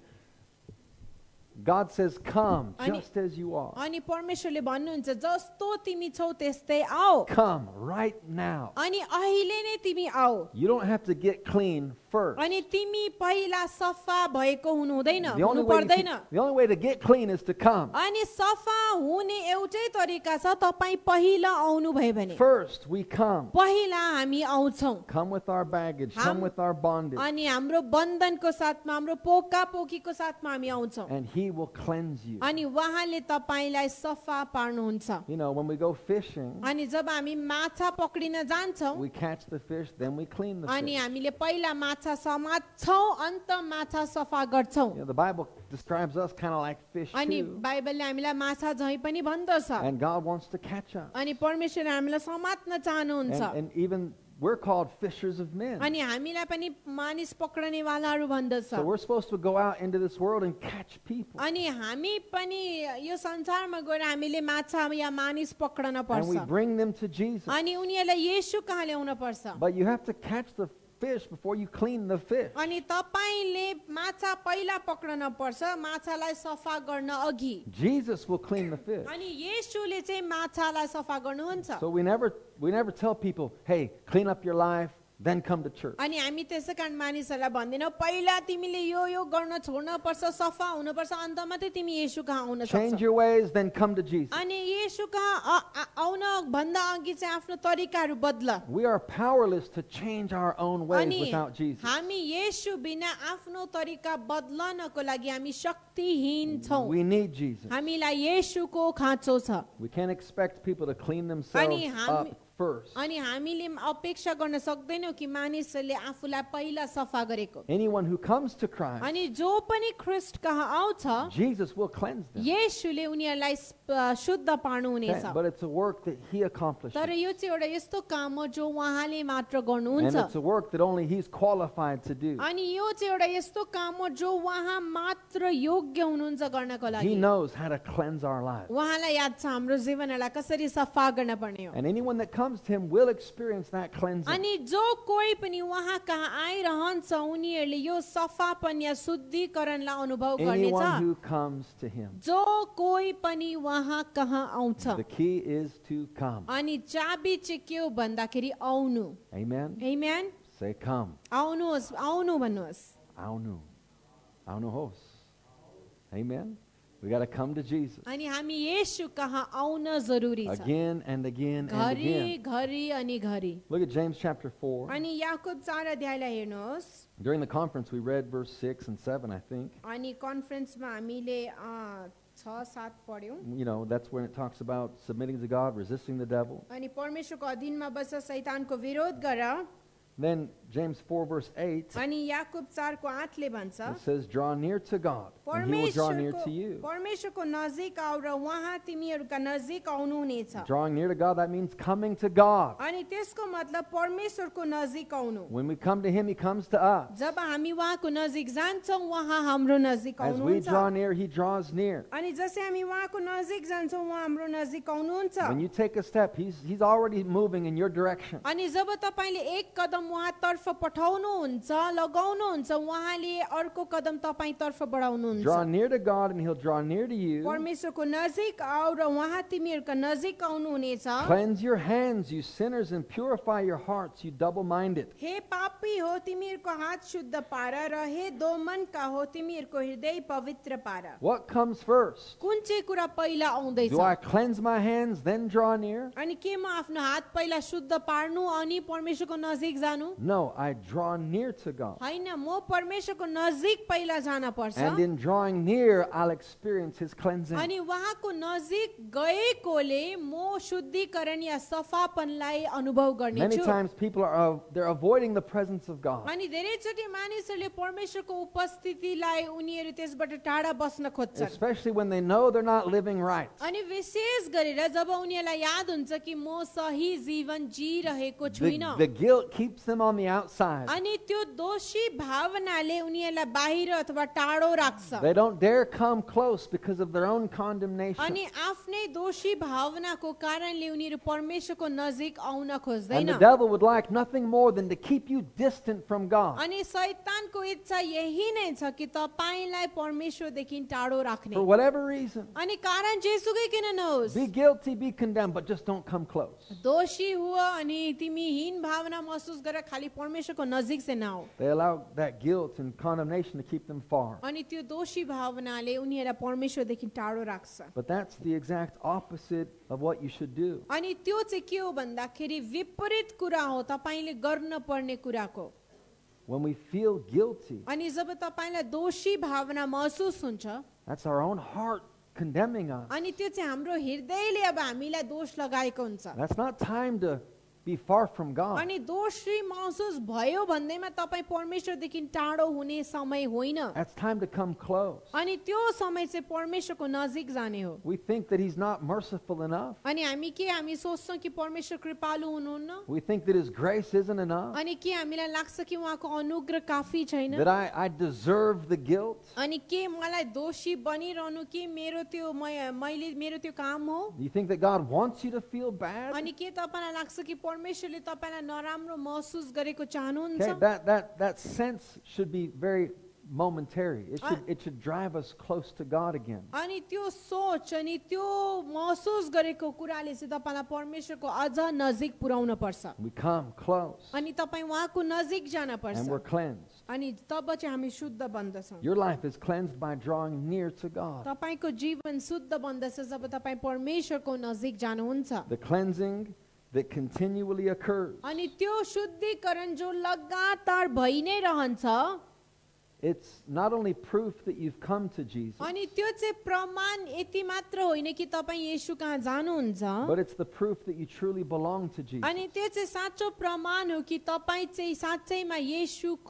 S1: God says, Come
S2: I need-
S1: just as you are.
S2: अनि परमेश्वरले भन्नुहुन्छ जस्तो तिमी छौ त्यस्तै आऊ
S1: Come right now.
S2: अनि अहिले नै तिमी आऊ
S1: You don't have to get clean first.
S2: अनि तिमी पहिला सफा भएको हुनु हुँदैन
S1: The only,
S2: हुनु
S1: way you
S2: पर्दैन
S1: can- the only way to get clean is to come.
S2: अनि सफा हुने एउटै तरिका छ तपाईँ पहिला आउनुभयो भने
S1: First, we come.
S2: पहिला हामी आउँछौँ
S1: Come with our baggage, come
S2: Ham-
S1: with our bondage,
S2: अनि हाम्रो बन्धनको साथमा हाम्रो पोका पोकीको साथमा हामी आउँछौँ
S1: and He will cleanse you.
S2: अनि उहाँले तपाईँलाई सफा पार्नुहुन्छ
S1: You know, when we go fishing,
S2: अनि जब हामी माछा पक्रिन जान्छौँ
S1: we catch the fish, then we clean the
S2: अनि
S1: fish.
S2: हामीले पहिला माछा समात्छौँ अन्त माछा सफा गर्छौँ
S1: You know, the Bible describes us kind of like fish
S2: अनि
S1: too,
S2: बाइबलले हामीलाई माछा झैँ पनि भन्दछ
S1: and God wants to catch us.
S2: अनि परमेश्वरले हामीलाई समात्न
S1: And,
S2: चाहनुहुन्छ
S1: and even we're called fishers of men.
S2: अनि हामीलाई पनि मानिस पक्रनेवालाहरू भन्दछ
S1: So we're supposed to go out into this world and catch people.
S2: अनि हामी पनि यो संसारमा गएर हामीले माछा या मानिस पक्रन
S1: And we
S2: पर्छ
S1: bring them to Jesus.
S2: अनि उनीहरूलाई येसु कहाँ ल्याउन पर्छ
S1: But you have to catch the fish before you clean the fish.
S2: अनि तपाईँले माछा पहिला पक्रन पर्छ माछालाई सफा गर्न अघि
S1: Jesus will clean the fish.
S2: अनि येसुले चाहिँ माछालाई सफा गर्नुहुन्छ
S1: So we never we never tell people, "Hey, clean up your life, then come to church.
S2: अनि हामी त्यसै कारण मानिसहरूलाई भन्दैनौँ पहिला तिमीले यो यो गर्न छोड्न पर्छ सफा हुनुपर्छ अन्त मात्रै तिमी येसु कहाँ आउन
S1: Change
S2: सक्छौ
S1: your ways, then come to Jesus.
S2: अनि येसु कहाँ आ- आ- आउन भन्दा अघि चाहिँ आफ्नो तरिकाहरू बदल
S1: We are powerless to change our own ways
S2: अनि
S1: without Jesus.
S2: हामी येसु बिना आफ्नो तरिका बदलनको लागि हामी शक्तिहीन छौँ
S1: We need Jesus.
S2: हामीलाई येसुको खाँचो छ
S1: We can't expect people to clean themselves
S2: हामी-
S1: up first.
S2: अनि हामीले अपेक्षा गर्न सक्दैनौँ कि मानिसहरूले आफूलाई पहिला सफा गरेको
S1: Anyone who comes to Christ,
S2: अनि जो पनि ख्रिस्ट कहाँ आउँछ
S1: Jesus will cleanse them.
S2: येशूले उनीहरूलाई स्प- अ, शुद्ध
S1: Okay,
S2: पार्नुहुनेछ
S1: But it's a work that He accomplishes.
S2: तर यो चाहिँ एउटा यस्तो काम हो जो उहाँले मात्र गर्नुहुन्छ
S1: And it's a work that only He's qualified to do.
S2: अनि यो चाहिँ एउटा यस्तो काम हो जो उहाँ मात्र योग्य हुनुहुन्छ गर्नको लागि
S1: He knows how to cleanse our lives.
S2: उहाँलाई याद छ हाम्रो जीवनहरूलाई कसरी सफा गर्न पर्ने हो
S1: And anyone that comes to Him will experience that cleansing.
S2: अनि जो कोही पनि उहाँ कहाँ आइरहन्छ उनीहरूले यो सफापन या शुद्धिकरणलाई अनुभव गर्नेछ
S1: Anyone who comes to Him.
S2: जो कोही पनि उहाँ कहाँ आउँछ
S1: The key is to come.
S2: अनि चाबी चाहिँ के हो भन्दाखेरि आउनु
S1: Amen.
S2: Amen?
S1: Say, come.
S2: आउनुहोस् आउनु भन्नुहोस्
S1: Aunu. Aunu hos. Amen. We got to come to Jesus
S2: अनि हामी येशू कहाँ आउन जरुरी छ
S1: again and again and
S2: घरि
S1: again.
S2: घरि अनि घरि
S1: Look at James chapter 4.
S2: अनि याकुब चार अध्यायलाई हेर्नुहोस्
S1: During the conference, we read verse 6 and 7, I think.
S2: अनि कन्फरेन्समा हामीले अँ, छ सात पढ्यौँ
S1: You know, that's when it talks about submitting to God, resisting the devil.
S2: अनि परमेश्वरको अधीनमा बस शैतानको विरोध गर
S1: Then James 4, verse 8,
S2: अनि याकुब चारको आठले भन्छ
S1: it says, Draw near to God, and he will draw near
S2: परमेश्वरको
S1: to you.
S2: परमेश्वरको नजिक आऊ र उहाँ तिमीहरूका नजिक आउनुहुनेछ
S1: Drawing near to God, that means coming to God.
S2: अनि त्यसको मतलब परमेश्वरको नजिक आउनु
S1: When we come to him, he comes to us.
S2: जब हामी उहाँको नजिक जान्छौँ उहाँ हाम्रो नजिक
S1: As we
S2: आउनुहुन्छ
S1: draw near, he draws near.
S2: अनि जसै हामी उहाँको नजिक जान्छौँ उहाँ हाम्रो नजिक आउनुहुन्छ
S1: When you take a step, he's, he's already moving in your direction.
S2: अनि जब तपाईँले एक कदम उहाँतर्फ पठाउनुहुन्छ लगाउनुहुन्छ उहाँले अर्को कदम तपाईँतर्फ बढाउनुहुन्छ
S1: Draw near to God and He'll draw near to you.
S2: परमेश्वरको नजिक आऊ र उहाँ तिमीहरूका नजिक आउनुहुनेछ
S1: Cleanse your hands, you sinners, and purify your hearts, you double minded.
S2: हे पापी हो तिमीहरूको हात शुद्ध पार र हे दोमनका हो तिमीहरूको हृदय पवित्र पार
S1: What comes first?
S2: कुन चाहिँ कुरा पहिला
S1: Do I
S2: आउँदैछ
S1: cleanse my hands, then draw near?
S2: अनि के म आफ्नो हात पहिला शुद्ध पार्नु अनि परमेश्वरको नजिक जानु
S1: No, I draw near to God.
S2: होइन म परमेश्वरको नजिक पहिला जान पर्छ
S1: And in drawing near, I'll experience His cleansing.
S2: अनि उहाँको नजिक गएकोले म शुद्धिकरण या सफापनलाई अनुभव
S1: Many
S2: गर्नेछु
S1: times people are uh, they're avoiding the presence of God.
S2: अनि धेरैचोटि मानिसहरूले परमेश्वरको उपस्थितिलाई उनीहरू त्यसबाट टाढा बस्न खोज्छन्
S1: Especially when they know they're not living right.
S2: अनि विशेष गरेर जब उनीहरूलाई याद हुन्छ कि म सही जीवन जिरहेको
S1: The,
S2: छुइनँ
S1: the guilt keeps them on the outside.
S2: अनि त्यो दोषी भावनाले उनीहरूलाई बाहिर अथवा टाढो राख्छ
S1: They don't dare come close because of their own condemnation.
S2: अनि आफ्नै दोषी भावनाको कारणले उनीहरू परमेश्वरको नजिक आउन
S1: And
S2: खोज्दैन
S1: the devil would like nothing more than to keep you distant from God
S2: अनि शैतानको इच्छा यही नै छ कि तपाईँलाई परमेश्वरदेखि टाढो राख्ने
S1: for whatever reason.
S2: अनि कारण जेसुकै किन नहोस्
S1: Be guilty, be condemned, but just don't come close.
S2: दोषी हुआ अनि तिमी हीन भावना महसुस गरेर खालि परमेश्वरको नजिक चाहिँ नआऊ
S1: They allow that guilt and condemnation to keep them far.
S2: अनि त्यो दोषी भावनाले उनीहरूलाई परमेश्वरदेखि टाढो राख्छ
S1: But that's the exact opposite of what you should do.
S2: अनि त्यो चाहिँ के हो भन्दाखेरि विपरीत कुरा हो तपाईँले गर्न पर्ने कुराको
S1: When we feel guilty,
S2: अनि जब तपाईँलाई दोषी भावना महसुस हुन्छ
S1: that's our own heart condemning us.
S2: अनि त्यो चाहिँ हाम्रो हृदयले अब हामीलाई दोष लगाएको हुन्छ
S1: That's not time to be far from God.
S2: अनि दोषी महसुस भयो भन्दैमा तपाईँ परमेश्वरदेखि टाढो हुने समय होइन
S1: That's time to come close.
S2: अनि त्यो समय चाहिँ परमेश्वरको नजिक जाने हो
S1: We think that He's not merciful enough.
S2: अनि हामी के हामी सोच्छौँ कि परमेश्वर कृपालु हुनुहुन्न
S1: We think that His grace isn't enough.
S2: अनि के हामीलाई लाग्छ कि उहाँको अनुग्रह काफी छैन
S1: That I, I deserve the guilt.
S2: अनि के मलाई दोषी बनिरहनु के मेरो त्यो मै- मैले मेरो त्यो काम हो
S1: Do you think that God wants you to feel bad?
S2: अनि के तपाईँलाई लाग्छ कि परमेश्वरले तपाईँलाई नराम्रो महसुस गरेको चाहनुहुन्छ
S1: Okay, that, that, that sense should be very momentary. It
S2: I-
S1: should, it should drive us close to God again.
S2: अनि त्यो सोच अनि त्यो महसुस गरेको कुराले चाहिँ तपाईँलाई परमेश्वरको अझ नजिक पुर्याउन पर्छ
S1: We come close
S2: अनि तपाईँ उहाँको नजिक जान पर्छ
S1: and we're cleansed.
S2: अनि तब चाहिँ हामी शुद्ध बन्दछौँ
S1: Your life is cleansed by drawing near to God.
S2: तपाईँको जीवन शुद्ध बन्दछ जब तपाईँ परमेश्वरको नजिक जानुहुन्छ
S1: The cleansing that continually occurs,
S2: अनि त्यो शुद्धिकरण जो लगातार भइ नै रहन्छ
S1: it's not only proof that you've come to Jesus,
S2: अनि त्यो चाहिँ प्रमाण यति मात्र होइन कि तपाईँ यसु कहाँ जानुहुन्छ
S1: but it's the proof that you truly belong to Jesus.
S2: अनि त्यो चाहिँ साँचो प्रमाण हो कि तपाईँ चाहिँ साँच्चैमा येसुको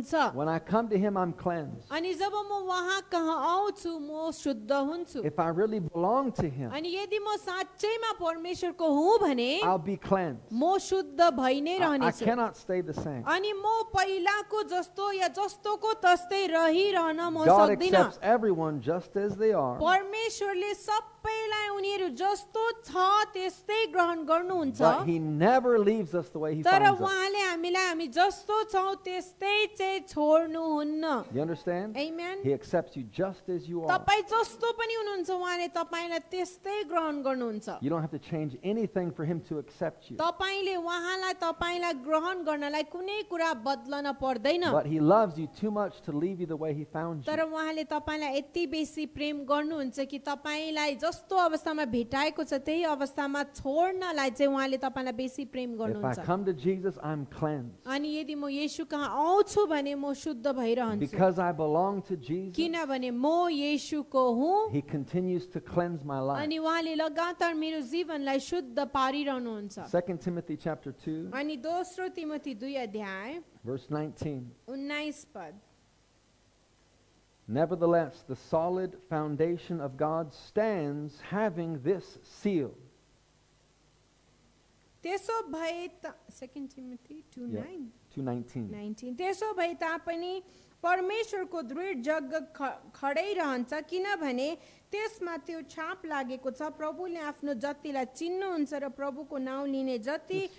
S2: हुनुहुन्छ
S1: When I come to Him, I'm cleansed.
S2: अनि जब म उहाँ कहाँ आउँछु म शुद्ध हुन्छु
S1: If I really belong to Him,
S2: अनि यदि म साँच्चैमा परमेश्वरको हुँ भने
S1: I'll be cleansed.
S2: म शुद्ध भइ नै
S1: I, I
S2: रहनेछु
S1: cannot stay the same.
S2: अनि म पहिलाको जस्तो या जस्तोको तस्तै रहिरहन म
S1: God
S2: सक्दिनँ
S1: accepts everyone just as they are,
S2: परमेश्वरले सबैलाई उनीहरू जस्तो छ त्यस्तै ग्रहण गर्नुहुन्छ
S1: but He never leaves us the way He
S2: तर
S1: finds us.
S2: उहाँले हामीलाई हामी जस्तो छौँ त्यस्तै चाहिँ छोड्नुहुन्न
S1: You understand?
S2: Amen.
S1: He accepts you just as you are.
S2: तपाईँ जस्तो पनि हुनुहुन्छ उहाँले तपाईँलाई त्यस्तै ग्रहण गर्नुहुन्छ
S1: You don't have to change anything for him to accept you.
S2: तपाईँले उहाँलाई तपाईँलाई ग्रहण गर्नलाई कुनै कुरा बदलन पर्दैन
S1: But he loves you too much to leave you the way he found
S2: तर
S1: you.
S2: उहाँले तपाईँलाई यति बेसी प्रेम गर्नुहुन्छ कि तपाईँलाई जस्तो अवस्थामा भेटाएको छ त्यही अवस्थामा छोड्नलाई चाहिँ उहाँले तपाईँलाई बेसी प्रेम
S1: If I
S2: गर्नुहुन्छ
S1: come to Jesus, I'm cleansed.
S2: अनि यदि म येसु कहाँ आउँछु भने म शुद्ध भइरहन्छु
S1: Because I belong to Jesus,
S2: किनभने म येसुको हुँ
S1: he continues to cleanse my life.
S2: अनि उहाँले लगातार मेरो जीवनलाई शुद्ध पारिरहनुहुन्छ
S1: 2 Timothy chapter 2,
S2: अनि दोस्रो तिमोथी दुई अध्याय
S1: verse 19.
S2: उन्नाइस पद
S1: Nevertheless, the solid foundation of God stands having this seal.
S2: त्यसो भए त second Timothy two
S1: Yeah,
S2: nine
S1: 219.
S2: 19 त्यसो भए तापनि परमेश्वरको दृढ जग ख- खडै रहन्छ किनभने त्यसमा त्यो छाप लागेको छ प्रभुले आफ्नो जतिलाई चिन्नुहुन्छ र प्रभुको नाउँ लिने जति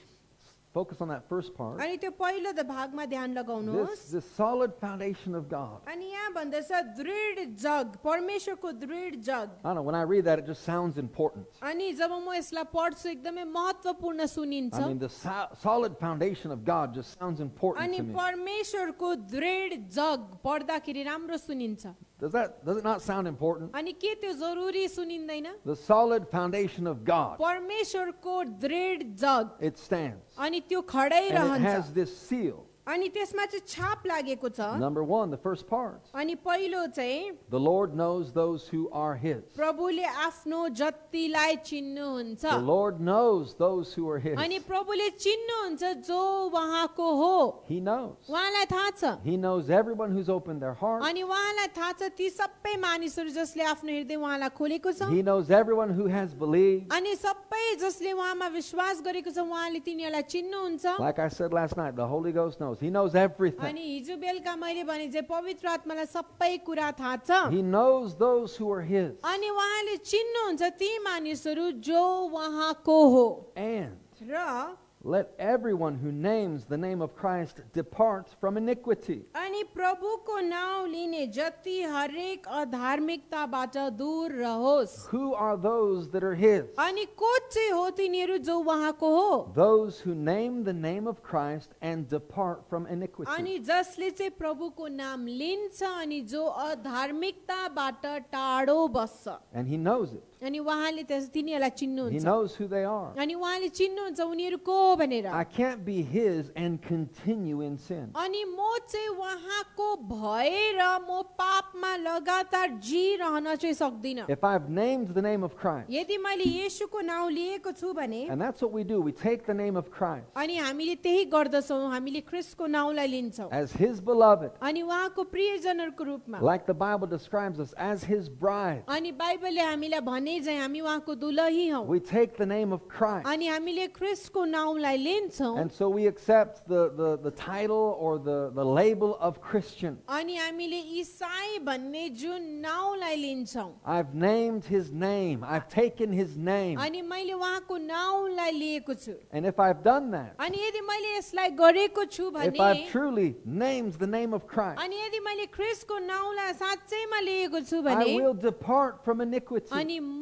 S1: Focus on that first part.
S2: अनि त्यो पहिलो त भागमा ध्यान
S1: This,
S2: लगाउनुहोस्
S1: the solid foundation of God.
S2: अनि यहाँ भन्दछ दृढ जग परमेश्वरको दृढ जग
S1: I don't know, when I read that, it just sounds important.
S2: अनि जब म यसलाई पढ्छु एकदमै महत्त्वपूर्ण सुनिन्छ
S1: I mean, the so- solid foundation of God just sounds important
S2: अनि
S1: to me.
S2: परमेश्वरको दृढ जग पढ्दाखेरि राम्रो सुनिन्छ
S1: Does that does it not sound important?
S2: अनि के त्यो जरुरी सुनिँदैन
S1: The solid foundation of God.
S2: परमेश्वरको दृढ जग
S1: It stands.
S2: अनि त्यो खडै
S1: And it
S2: रहन्छ
S1: has this seal.
S2: अनि त्यसमा चाहिँ छाप लागेको छ
S1: Number one, the first part.
S2: अनि पहिलो चाहिँ
S1: The Lord knows those who are His.
S2: प्रभुले आफ्नो जतिलाई चिन्नुहुन्छ
S1: The Lord knows those who are His.
S2: अनि प्रभुले चिन्नुहुन्छ जो उहाँको हो
S1: He knows.
S2: उहाँलाई थाहा छ
S1: He knows everyone who's opened their heart.
S2: अनि उहाँलाई थाहा छ ती सबै मानिसहरू जसले आफ्नो हृदय उहाँलाई खोलेको छ
S1: He knows everyone who has believed.
S2: अनि सबै जसले उहाँमा विश्वास गरेको छ उहाँले तिनीहरूलाई चिन्नुहुन्छ
S1: Like I said last night, the Holy Ghost knows. He knows everything.
S2: अनि हिजो बेलुका मैले भने चाहिँ पवित्र आत्मालाई सबै कुरा थाहा छ
S1: He knows those who are His.
S2: अनि उहाँले चिन्नुहुन्छ ती मानिसहरू जो उहाँको हो
S1: And
S2: raw
S1: Let everyone who names the name of Christ depart from iniquity.
S2: अनि प्रभुको नाउँ लिने जति हरेक अधार्मिकताबाट दूर रहोस्
S1: Who are those that are his?
S2: अनि को चाहिँ हो तिनीहरू जो उहाँको हो
S1: Those who name the name of Christ and depart from
S2: अनि
S1: iniquity.
S2: जसले चाहिँ प्रभुको नाम लिन्छ अनि जो अधार्मिकताबाट टाढो बस्छ
S1: And he knows it.
S2: अनि उहाँले त्यस तिनीहरूलाई
S1: He
S2: चिन्नुहुन्छ
S1: knows who they are.
S2: अनि उहाँले चिन्नुहुन्छ उनीहरू को हो भनेर
S1: I can't be his and continue in sin.
S2: अनि म चाहिँ उहाँको भएर म पापमा लगातार जिरहन चाहिँ सक्दिनँ
S1: If I've named the name of Christ,
S2: यदि मैले येशूको नाउँ लिएको छु भने
S1: and that's what we do, we take the name of Christ
S2: अनि हामीले त्यही गर्दछौँ हामीले ख्रिस्टको नाउँलाई लिन्छौँ
S1: as his beloved,
S2: अनि उहाँको प्रियजनहरूको रूपमा
S1: like the Bible describes us, as his bride.
S2: अनि बाइबलले हामीलाई भने भने चाहिँ हामी उहाँको दुलही हौ
S1: We take the name of Christ.
S2: अनि हामीले ख्रिस्टको नाउँलाई लिन्छौँ
S1: And so we accept the, the, the title or the, the label of Christian.
S2: अनि हामीले इसाई भन्ने जुन नाउँलाई लिन्छौँ
S1: I've named his name. I've taken his name.
S2: अनि मैले उहाँको नाउँलाई लिएको छु
S1: And if I've done that,
S2: अनि यदि मैले यसलाई गरेको छु
S1: if
S2: भने
S1: I've truly named the name of Christ,
S2: अनि यदि मैले ख्रिस्टको नाउँलाई साँच्चैमा लिएको छु
S1: I
S2: भने
S1: will depart from iniquity.
S2: अनि म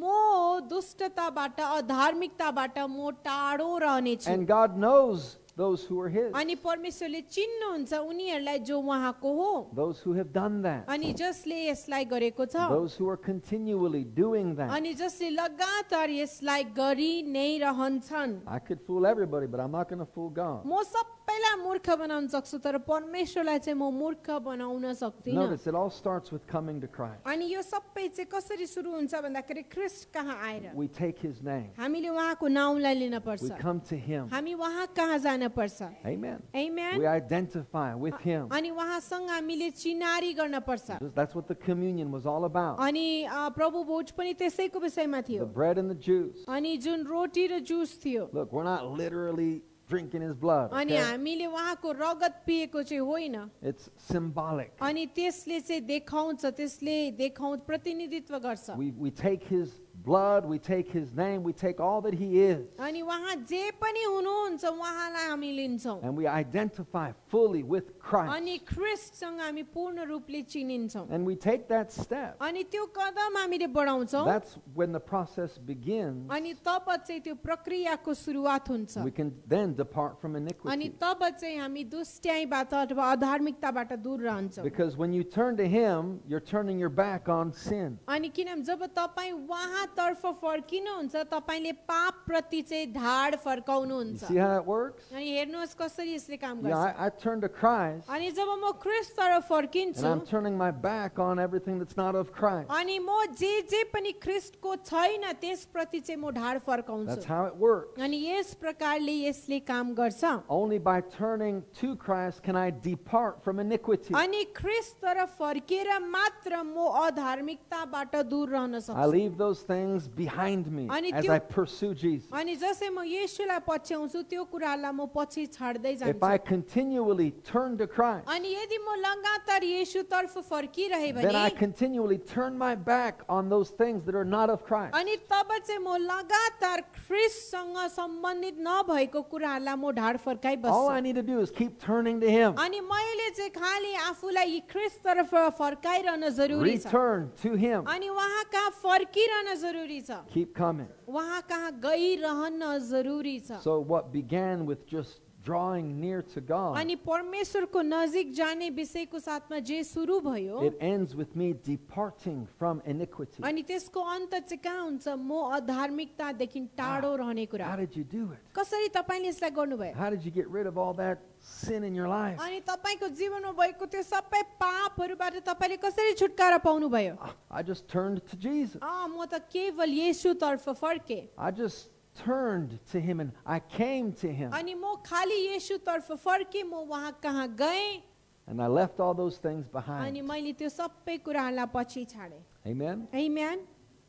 S2: दुष्टताबाट अधार्मिकताबाट म टाढो रहनेछु
S1: And God knows those who are his,
S2: अनि परमेश्वरले चिन्नुहुन्छ उनीहरूलाई जो उहाँको हो
S1: those who have done that,
S2: अनि जसले यसलाई गरेको छ
S1: those who are continually doing that.
S2: अनि जसले लगातार यसलाई गरि नै रहन्छन्
S1: I could fool everybody, but I'm not going to fool God.
S2: म सबैलाई मूर्ख बनाउन सक्छु तर परमेश्वरलाई चाहिँ म मूर्ख बनाउन सक्दिनँ
S1: Notice it all starts with coming to Christ.
S2: अनि यो सबै चाहिँ कसरी सुरु हुन्छ भन्दाखेरि ख्रिस्ट कहाँ आएर
S1: We take his name,
S2: हामीले उहाँको नाउँलाई लिन
S1: we
S2: पर्छ
S1: come to him.
S2: हामी उहाँ कहाँ जान पर्छ
S1: Amen.
S2: Amen.
S1: We identify with him.
S2: अनि उहाँसँग हामीले चिनारी गर्न पर्छ
S1: That's what the communion was all about
S2: अनि अ, प्रभु भोज पनि त्यसैको विषयमा थियो
S1: the bread and the juice.
S2: अनि जुन रोटी र जुस थियो
S1: Look, we're not literally drinking his blood.
S2: अनि
S1: okay?
S2: हामीले उहाँको रगत पिएको चाहिँ होइन
S1: It's symbolic.
S2: अनि त्यसले चाहिँ देखाउँछ त्यसले देखाउ प्रतिनिधित्व गर्छ
S1: We, we take his blood, we take his name, we take all that he is,
S2: अनि उहाँ जे पनि हुनुहुन्छ उहाँलाई हामी लिन्छौँ
S1: and we identify fully with
S2: अनि
S1: Christ.
S2: ख्रिस्टसँग हामी पूर्ण रूपले चिनिन्छौँ
S1: And we take that step.
S2: अनि त्यो कदम हामीले बढाउँछौँ
S1: That's when the process begins.
S2: अनि तब चाहिँ त्यो प्रक्रियाको सुरुवात हुन्छ
S1: We can then depart from
S2: अनि
S1: iniquity.
S2: तब चाहिँ हामी दुष्ट्याइबाट अथवा अधार्मिकताबाट दूर रहन्छौँ
S1: Because when you turn to him, you're turning your back on sin.
S2: अनि किनभने जब तपाईँ उहाँतर्फ फर्किनुहुन्छ तपाईँले पापप्रति चाहिँ ढाड
S1: You
S2: फर्काउनुहुन्छ
S1: see how that works?
S2: अनि हेर्नुहोस् कसरी यसले काम
S1: Yeah,
S2: गर्छ
S1: I, I turn to Christ,
S2: अनि जब म ख्रिस्टतर्फ
S1: and
S2: फर्किन्छु
S1: I'm turning my back on everything that's not of Christ.
S2: अनि म जे जे पनि ख्रिस्टको छैन त्यसप्रति चाहिँ म ढाड
S1: That's
S2: फर्काउँछु
S1: how it works.
S2: अनि यस प्रकारले यसले काम गर्छ
S1: Only by turning to Christ can I depart from iniquity.
S2: अनि ख्रिस्टतर्फ फर्किएर मात्र म अधार्मिकताबाट दूर रहन
S1: I
S2: सक्छु
S1: leave those things behind me
S2: Ani
S1: as
S2: tyo-
S1: I pursue Jesus.
S2: अनि जसै म येशूलाई पछ्याउँछु त्यो कुरालाई म पछि छाड्दै
S1: If
S2: जान्छु
S1: I continually turn to Christ,
S2: अनि यदि म लगातार येशूतर्फ फर्किरहे
S1: then I
S2: भने
S1: continually turn my back on those things that are not of Christ.
S2: अनि तब चाहिँ म लगातार ख्रिससँग सम्बन्धित नभएको कुराहरूलाई म
S1: All
S2: ढाड
S1: Oh, I
S2: फर्काइबस्छु
S1: need to do is keep turning to Him,
S2: अनि मैले चाहिँ खालि आफूलाई ख्रिसतर्फ फर्काइरहन जरुरी छ
S1: return to Him,
S2: अनि उहाँ कहाँ फर्किरहन जरुरी छ
S1: keep coming.
S2: उहाँ कहाँ गइरहन जरुरी छ
S1: So, what began with just drawing near to God,
S2: अनि परमेश्वरको नजिक जाने विषयको साथमा जे सुरु भयो
S1: it ends with me departing from iniquity.
S2: अनि त्यसको अन्त चाहिँ कहाँ हुन्छ म अधार्मिकतादेखि
S1: Ah,
S2: टाढो रहने कुरा
S1: How did you do it?
S2: कसरी तपाईँले यसलाई गर्नुभयो
S1: How did you get rid of all that sin in your life?
S2: अनि तपाईँको जीवनमा भएको त्यो सबै पापहरूबाट तपाईँले कसरी छुटकारा पाउनुभयो
S1: I- I just turned to Jesus.
S2: अँ, म त केवल येसुतर्फ फर्के
S1: I just turned to him and I came to him
S2: अनि म खालि येसुतर्फ फर्के म उहाँ कहाँ गएँ
S1: and I left all those things
S2: अनि
S1: behind.
S2: मैले त्यो सबै कुराहरूलाई पछि छाडेँ
S1: Amen.
S2: Amen?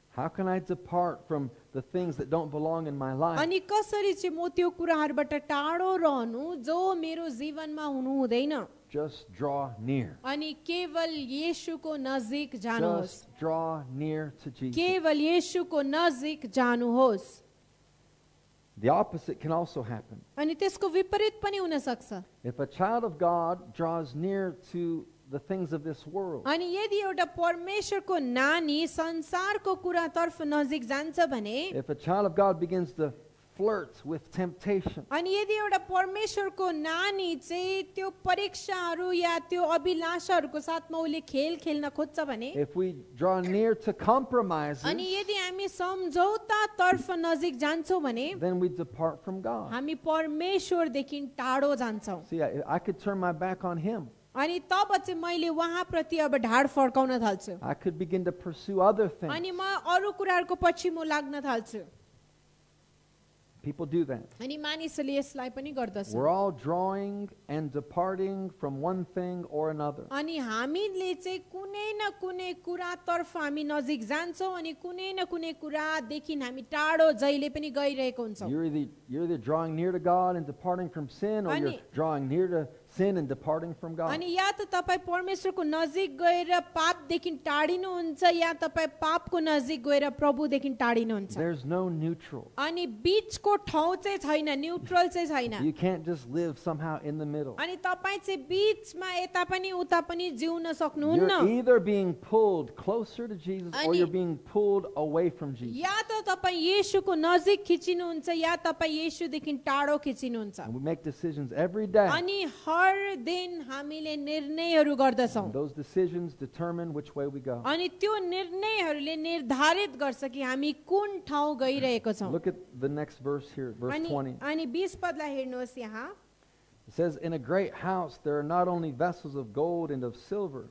S1: How can I depart from the things that don't belong in my life?
S2: अनि कसरी चाहिँ म त्यो कुराहरूबाट टाढो रहनु जो मेरो जीवनमा हुनु हुँदैन
S1: Just draw near.
S2: अनि केवल येशूको नजिक जानुहोस्
S1: Just draw near to Jesus.
S2: केवल येशूको नजिक जानुहोस्
S1: The opposite can also happen.
S2: अनि त्यसको विपरीत पनि हुन सक्छ
S1: If a child of God draws near to the things of this world,
S2: अनि यदि एउटा परमेश्वरको नानी संसारको कुरातर्फ नजिक जान्छ भने
S1: if a child of God begins to flirt with temptation,
S2: अनि यदि एउटा परमेश्वरको नानी चाहिँ त्यो परीक्षाहरू या त्यो अभिलाषाहरूको साथमा उसले खेल खेल्न खोज्छ भने
S1: if we draw near to compromises,
S2: अनि यदि हामी सम्झौतातर्फ नजिक जान्छौँ भने
S1: then we depart from God.
S2: हामी परमेश्वरदेखि टाढो जान्छौँ
S1: See, I, I could turn my back on him.
S2: अनि तब चाहिँ मैले उहाँप्रति अब ढाड फर्काउन थाल्छु
S1: I could begin to pursue other things.
S2: अनि म अरू कुराहरूको पछि म लाग्न थाल्छु
S1: People do that.
S2: अनि मानिसहरूले यसलाई पनि गर्दछ
S1: We're all drawing and departing from one thing or another.
S2: अनि हामीले चाहिँ कुनै न कुनै कुरातर्फ हामी नजिक जान्छौँ अनि कुनै न कुनै कुरादेखि हामी टाढो जहिले पनि गइरहेको हुन्छौँ
S1: You're either, you're either drawing near to God and departing from sin, or you're
S2: Ani-
S1: drawing near to sin and departing from God.
S2: अनि या त तपाईँ परमेश्वरको नजिक गएर पापदेखि टाढिनुहुन्छ या तपाईँ पापको नजिक गएर प्रभुदेखि टाढिनुहुन्छ
S1: There's no neutral.
S2: अनि बिचको ठाउँ चाहिँ छैन न्युट्रल चाहिँ छैन
S1: You can't just live somehow in the middle.
S2: अनि तपाईँ चाहिँ बिचमा यता पनि उता पनि जिउन सक्नुहुन्न
S1: You're either being pulled closer to Jesus or
S2: Ani-
S1: you're being pulled away from Jesus.
S2: या त तपाईँ येसुको नजिक खिचिनुहुन्छ या तपाईँ येसुदेखि टाढो खिचिनुहुन्छ
S1: And we make decisions every day.
S2: अनि हर दिन हामीले निर्णयहरू गर्दछौँ
S1: And those decisions determine which way we go.
S2: अनि त्यो निर्णयहरूले निर्धारित गर्छ कि हामी कुन ठाउँ गइरहेको छौँ
S1: Look at the next verse here, verse
S2: अनि
S1: 20.
S2: अनि बिस पदलाई हेर्नुहोस् यहाँ
S1: It says, In a great house there are not only vessels of gold and of silver,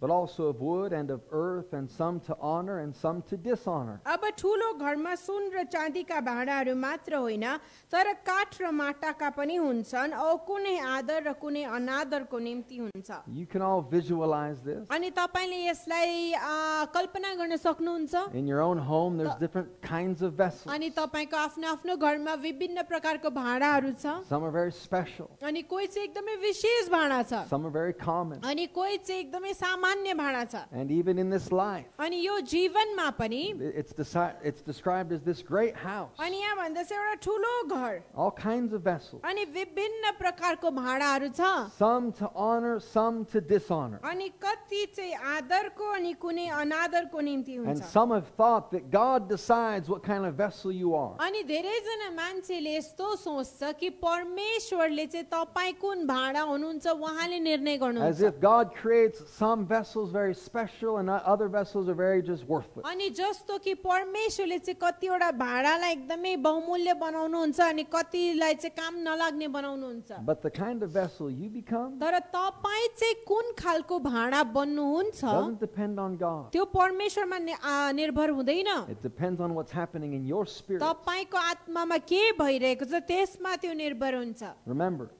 S1: but also of wood and of earth, and some to honor and some to dishonor.
S2: अब ठुलो घरमा सुन र चाँदीका भाँडाहरू मात्र होइन तर काठ र माटाका पनि हुन्छन् औ कुनै आदर र कुनै अनादरको निम्ति हुन्छ
S1: You can all visualize this.
S2: अनि तपाईँले यसलाई आ, कल्पना गर्न सक्नुहुन्छ
S1: In your own home, there's different kinds of vessels.
S2: अनि तपाईँको आफ्नो आफ्नो घरमा विभिन्न प्रकारको भाँडाहरू छ
S1: Some are very special,
S2: अनि कोही चाहिँ एकदमै विशेष भाँडा छ
S1: some are very common.
S2: अनि कोही चाहिँ एकदमै सामान्य भाँडा छ
S1: And even in this life,
S2: अनि यो जीवनमा पनि
S1: it's, deci- it's described as this great house.
S2: अनि यहाँ भन्दा चाहिँ एउटा ठुलो घर
S1: All kinds of vessels,
S2: अनि विभिन्न प्रकारको भाँडाहरू छ
S1: some to honor, some to dishonor.
S2: अनि कति चाहिँ आदरको अनि कुनै अनादरको निम्ति
S1: And
S2: हुन्छ
S1: some have thought that God decides what kind of vessel you are.
S2: अनि धेरैजना मान्छेले यस्तो सोच्छ कि परमेश्वरले चाहिँ तपाईँ कुन भाँडा हुनुहुन्छ उहाँले निर्णय
S1: As
S2: गर्नुहुन्छ
S1: if God creates some vessels very special and o- other vessels are very just worthless.
S2: अनि जस्तो कि परमेश्वरले चाहिँ कतिवटा भाँडालाई एकदमै बहुमूल्य बनाउनुहुन्छ अनि कतिलाई चाहिँ काम नलाग्ने बनाउनुहुन्छ
S1: But the kind of vessel you become
S2: तर तपाईँ चाहिँ कुन खालको भाँडा बन्नुहुन्छ
S1: doesn't depend on God.
S2: त्यो परमेश्वरमा नि- आ, निर्भर हुँदैन
S1: It depends on what's happening in your spirit.
S2: तपाईँको आत्मामा के भइरहेको छ त्यसमा त्यो निर्भर हुन्छ
S1: Remember,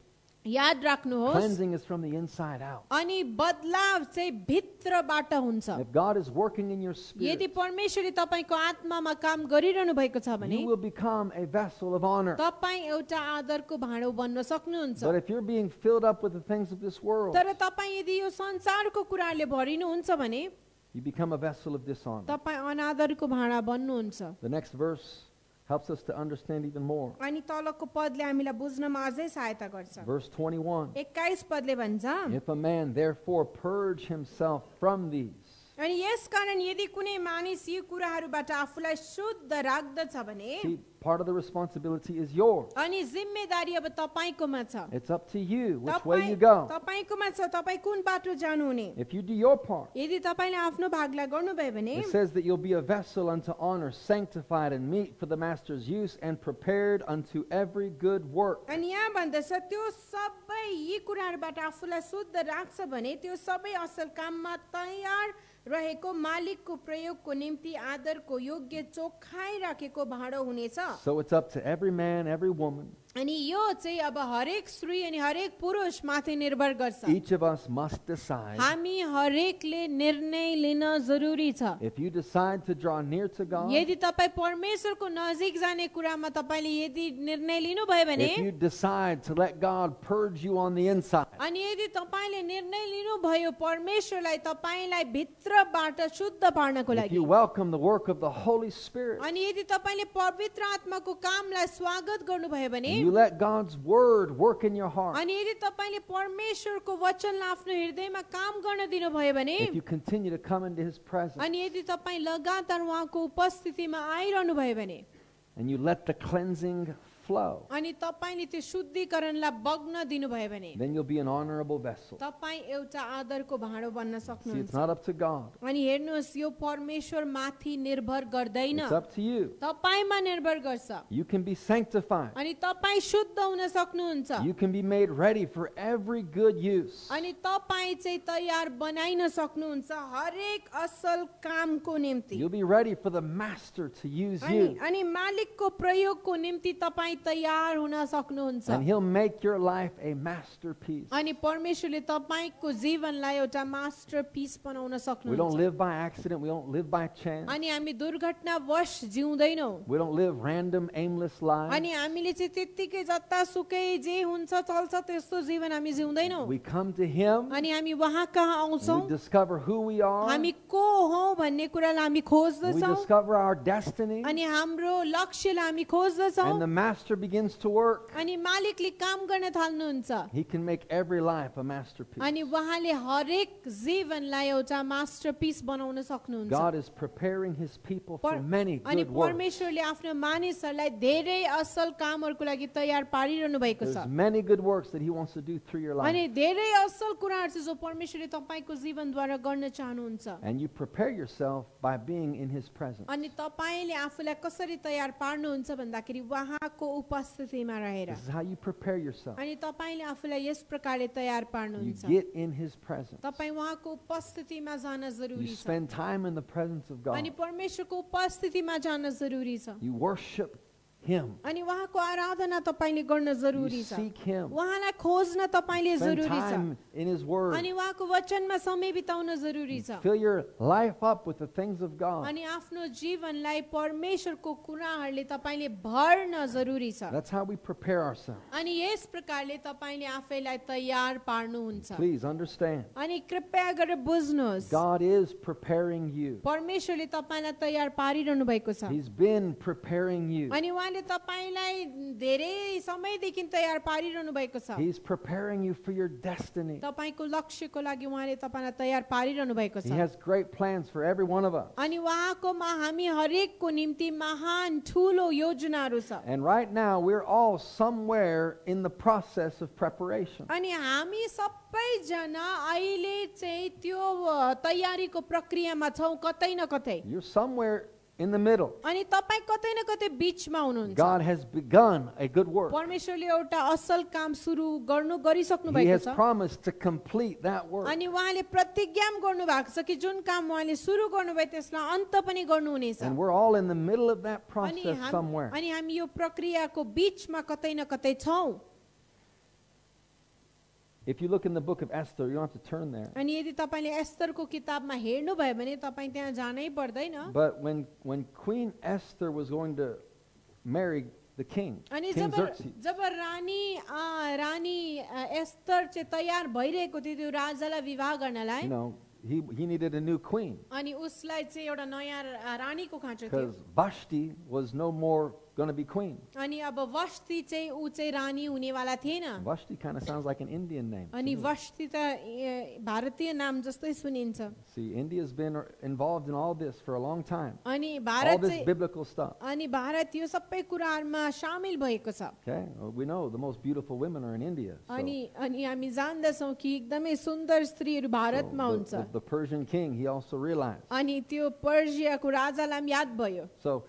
S2: याद राख्नुहोस्
S1: cleansing is from the inside out.
S2: अनि बदलाव चाहिँ भित्रबाट हुन्छ
S1: If God is working in your
S2: यदि
S1: spirit,
S2: परमेश्वरले तपाईँको आत्मामा काम गरिरहनु भएको छ भने
S1: you will become a vessel of honor.
S2: तपाईँ एउटा आदरको भाँडो बन्न सक्नुहुन्छ
S1: But if you're being filled up with the things of this world,
S2: तर तपाईँ यदि यो संसारको कुराहरूले भरिनुहुन्छ भने
S1: you become a vessel of dishonor.
S2: तपाईँ अनादरको भाँडा बन्नुहुन्छ
S1: The next verse helps us to understand even more.
S2: अनि तलको पदले हामीलाई बुझ्नमा अझै सहायता गर्छ
S1: Verse 21.
S2: एक्काइस पदले भन्छ
S1: If a man therefore purge himself from these,
S2: अनि यसकारण यदि कुनै मानिस यी कुराहरूबाट आफूलाई शुद्ध राख्दछ भने
S1: see, part of the responsibility is yours.
S2: अनि जिम्मेदारी अब तपाईँकोमा छ
S1: It's up to you which way you
S2: तपाईँ-
S1: go.
S2: तपाईँकोमा छ तपाईँ कुन बाटो जानुहुने
S1: If you do your part,
S2: यदि तपाईँले आफ्नो भागलाई गर्नुभयो भने
S1: it says that you'll be a vessel unto honor, sanctified and meet for the master's use, and prepared unto every good work.
S2: अनि यहाँ भन्दछ त्यो सबै यी कुराहरूबाट आफूलाई शुद्ध राख्छ भने त्यो सबै असल काममा तयार रहेको मालिकको प्रयोगको निम्ति आदरको योग्य चोखाइ राखेको भाँडो हुनेछ
S1: So it's up to every man, every woman.
S2: अनि यो चाहिँ अब हरेक स्त्री अनि हरेक पुरुष माथि निर्भर गर्छ
S1: Each of us must decide.
S2: हामी हरेकले निर्णय लिन जरुरी छ
S1: If you decide to draw near to God,
S2: यदि तपाईँ परमेश्वरको नजिक जाने कुरामा तपाईँले यदि निर्णय लिनुभयो भने
S1: if you decide to let God purge you on the inside,
S2: अनि यदि तपाईँले निर्णय लिनुभयो परमेश्वरलाई तपाईँलाई भित्रबाट शुद्ध पार्नको
S1: if
S2: लागि
S1: you welcome the work of the Holy Spirit,
S2: अनि यदि तपाईँले पवित्र आत्माको कामलाई स्वागत गर्नुभयो भने
S1: You let God's word work in your heart.
S2: अनि यदि तपाईँले परमेश्वरको वचनलाई आफ्नो हृदयमा काम गर्न दिनुभयो भने
S1: If you continue to come into his presence
S2: अनि यदि तपाईँ लगातार उहाँको उपस्थितिमा आइरहनु भयो भने
S1: and you let the cleansing flow.
S2: अनि तपाईँले त्यो शुद्धिकरणलाई बग्न दिनुभयो भने
S1: Then you'll be an honorable vessel.
S2: तपाईँ एउटा आदरको भाँडो बन्न
S1: See, it's
S2: सक्नुहुन्छ
S1: not up to God.
S2: अनि हेर्नुहोस् यो परमेश्वर माथि निर्भर गर्दैन
S1: It's up to you.
S2: तपाईँमा निर्भर गर्छ
S1: You can be sanctified.
S2: अनि तपाईँ शुद्ध हुन सक्नुहुन्छ
S1: You can be made ready for every good use.
S2: अनि तपाईँ चाहिँ तयार बनाइन सक्नुहुन्छ हरेक असल कामको निम्ति
S1: You'll be ready for the master to use
S2: अनि
S1: you.
S2: अनि मालिकको प्रयोगको निम्ति तपाईँ तयार हुन सक्नुहुन्छ
S1: And he'll make your life a masterpiece.
S2: अनि परमेश्वरले तपाईँको जीवनलाई एउटा मास्टर पिस बनाउन
S1: We don't
S2: सक्नुहुन्छ
S1: live by accident. We don't live by chance.
S2: अनि हामी दुर्घटनावश जिउँदैनौँ
S1: We don't live random, aimless
S2: अनि
S1: lives.
S2: हामीले चाहिँ त्यत्तिकै जतासुकै जे हुन्छ चल्छ त्यस्तो जीवन हामी जिउँदैनौँ
S1: We come to Him.
S2: अनि हामी उहाँ कहाँ आउँछौँ
S1: We discover who we are.
S2: हामी को हौ भन्ने कुरालाई हामी
S1: Oh. We
S2: खोज्दछौँ
S1: discover our destiny.
S2: अनि हाम्रो लक्ष्यलाई
S1: And
S2: हामी
S1: the
S2: खोज्दछौँ
S1: master begins to work.
S2: अनि मालिकले काम गर्न थाल्नुहुन्छ
S1: He can make every life a masterpiece.
S2: अनि उहाँले हरेक जीवनलाई एउटा मास्टर पिस बनाउन सक्नुहुन्छ
S1: God is preparing His people for
S2: पर-
S1: many
S2: अनि
S1: good works.
S2: परमेश्वरले आफ्नो मानिसहरूलाई धेरै असल कामहरूको लागि तयार पारिरहनु भएको
S1: There's
S2: छ
S1: many good works that He wants to do through your
S2: अनि
S1: life.
S2: धेरै असल कुराहरू छ जो परमेश्वरले तपाईँको जीवनद्वारा गर्न चाहनुहुन्छ
S1: And you prepare yourself by being in His presence.
S2: अनि तपाईँले आफूलाई कसरी तयार पार्नुहुन्छ भन्दाखेरि उहाँको उपस्थितिमा रहेर
S1: This is how you prepare yourself.
S2: अनि तपाईँले आफूलाई यस प्रकारले तयार
S1: You
S2: पार्नुहुन्छ
S1: get in His presence.
S2: तपाईँ उहाँको उपस्थितिमा जान
S1: You
S2: जरुरी छ
S1: spend time in the presence of
S2: अनि
S1: God.
S2: परमेश्वरको उपस्थितिमा जान जरुरी छ
S1: You worship Him.
S2: अनि उहाँको आराधना तपाईँले गर्न जरुरी
S1: You
S2: छ
S1: seek Him.
S2: उहाँलाई खोज्न तपाईँले
S1: Spend
S2: जरुरी छ
S1: time in His Word.
S2: अनि उहाँको वचनमा समय बिताउन जरुरी छ
S1: Fill your life up with the things of God.
S2: अनि आफ्नो जीवनलाई परमेश्वरको कुराहरूले तपाईँले भर्न जरुरी छ
S1: That's how we prepare ourselves.
S2: अनि यस प्रकारले तपाईँले आफैलाई तयार पार्नुहुन्छ
S1: Please understand.
S2: अनि कृपया गरेर बुझ्नुहोस्
S1: God is preparing you.
S2: परमेश्वरले तपाईँलाई तयार पारिरहनु भएको छ
S1: He's been preparing you.
S2: अनि उहाँले तपाईँलाई धेरै समयदेखि तयार पारिरहनु भएको छ
S1: He's preparing you for your destiny.
S2: तपाईँको लक्ष्यको लागि उहाँले तपाईँलाई तयार पारिरहनु भएको
S1: He
S2: छ
S1: has great plans for every one of us.
S2: अनि उहाँकोमा हामी हरेकको निम्ति महान ठुलो योजनाहरू छ
S1: And right now, we're all somewhere in the process of preparation.
S2: अनि हामी सबैजना अहिले चाहिँ त्यो अ, तयारीको प्रक्रियामा छौँ कतै न कतै
S1: You're somewhere in the middle.
S2: अनि तपाईँ कतै न कतै बिचमा हुनुहुन्छ
S1: God has begun a good work.
S2: परमेश्वरले एउटा असल काम सुरु गर्नु गरिसक्नु
S1: He
S2: भएको
S1: has
S2: छ
S1: promised to complete that work.
S2: अनि उहाँले प्रतिज्ञा गर्नु भएको छ कि जुन काम उहाँले सुरु गर्नुभयो त्यसलाई अन्त पनि गर्नुहुनेछ
S1: And we're all in the middle of that
S2: अनि
S1: process
S2: हाम-
S1: somewhere.
S2: अनि हामी यो प्रक्रियाको बिचमा कतै न कतै छौँ
S1: If you look in the book of Esther, you don't have to turn there.
S2: अनि यदि तपाईँले एस्तरको किताबमा हेर्नुभयो भने तपाईँ त्यहाँ जानै पर्दैन
S1: But when, when Queen Esther was going to marry the king,
S2: अनि
S1: King
S2: जब
S1: Xerxes,
S2: जब रानी अ, रानी अ, एस्तर चाहिँ तयार भइरहेको थियो त्यो राजालाई विवाह गर्नलाई
S1: you know, he, he needed a new queen
S2: अनि उसलाई चाहिँ एउटा नयाँ र- रानीको खाँचो थियो
S1: because Vashti was no more going to be queen.
S2: अनि अब वस्ती चाहिँ ऊ चाहिँ रानी हुनेवाला थिएन
S1: Vashti kind of sounds like an Indian name. to
S2: अनि
S1: me.
S2: वस्ती त ए, भारतीय नाम जस्तै सुनिन्छ
S1: See, India's been er- involved in all this for a long time.
S2: अनि
S1: All
S2: भारत
S1: this
S2: चाहिँ
S1: biblical stuff.
S2: अनि भारत यो सबै कुराहरूमा सामेल भएको छ
S1: Okay, Well, we know the most beautiful women are in India. So,
S2: अनि अनि हामी जान्दछौँ कि एकदमै सुन्दर स्त्रीहरू
S1: so the,
S2: भारतमा हुन्छ
S1: the- the Persian king, he also realized.
S2: अनि त्यो पर्सियाको राजालाई पनि याद भयो
S1: So,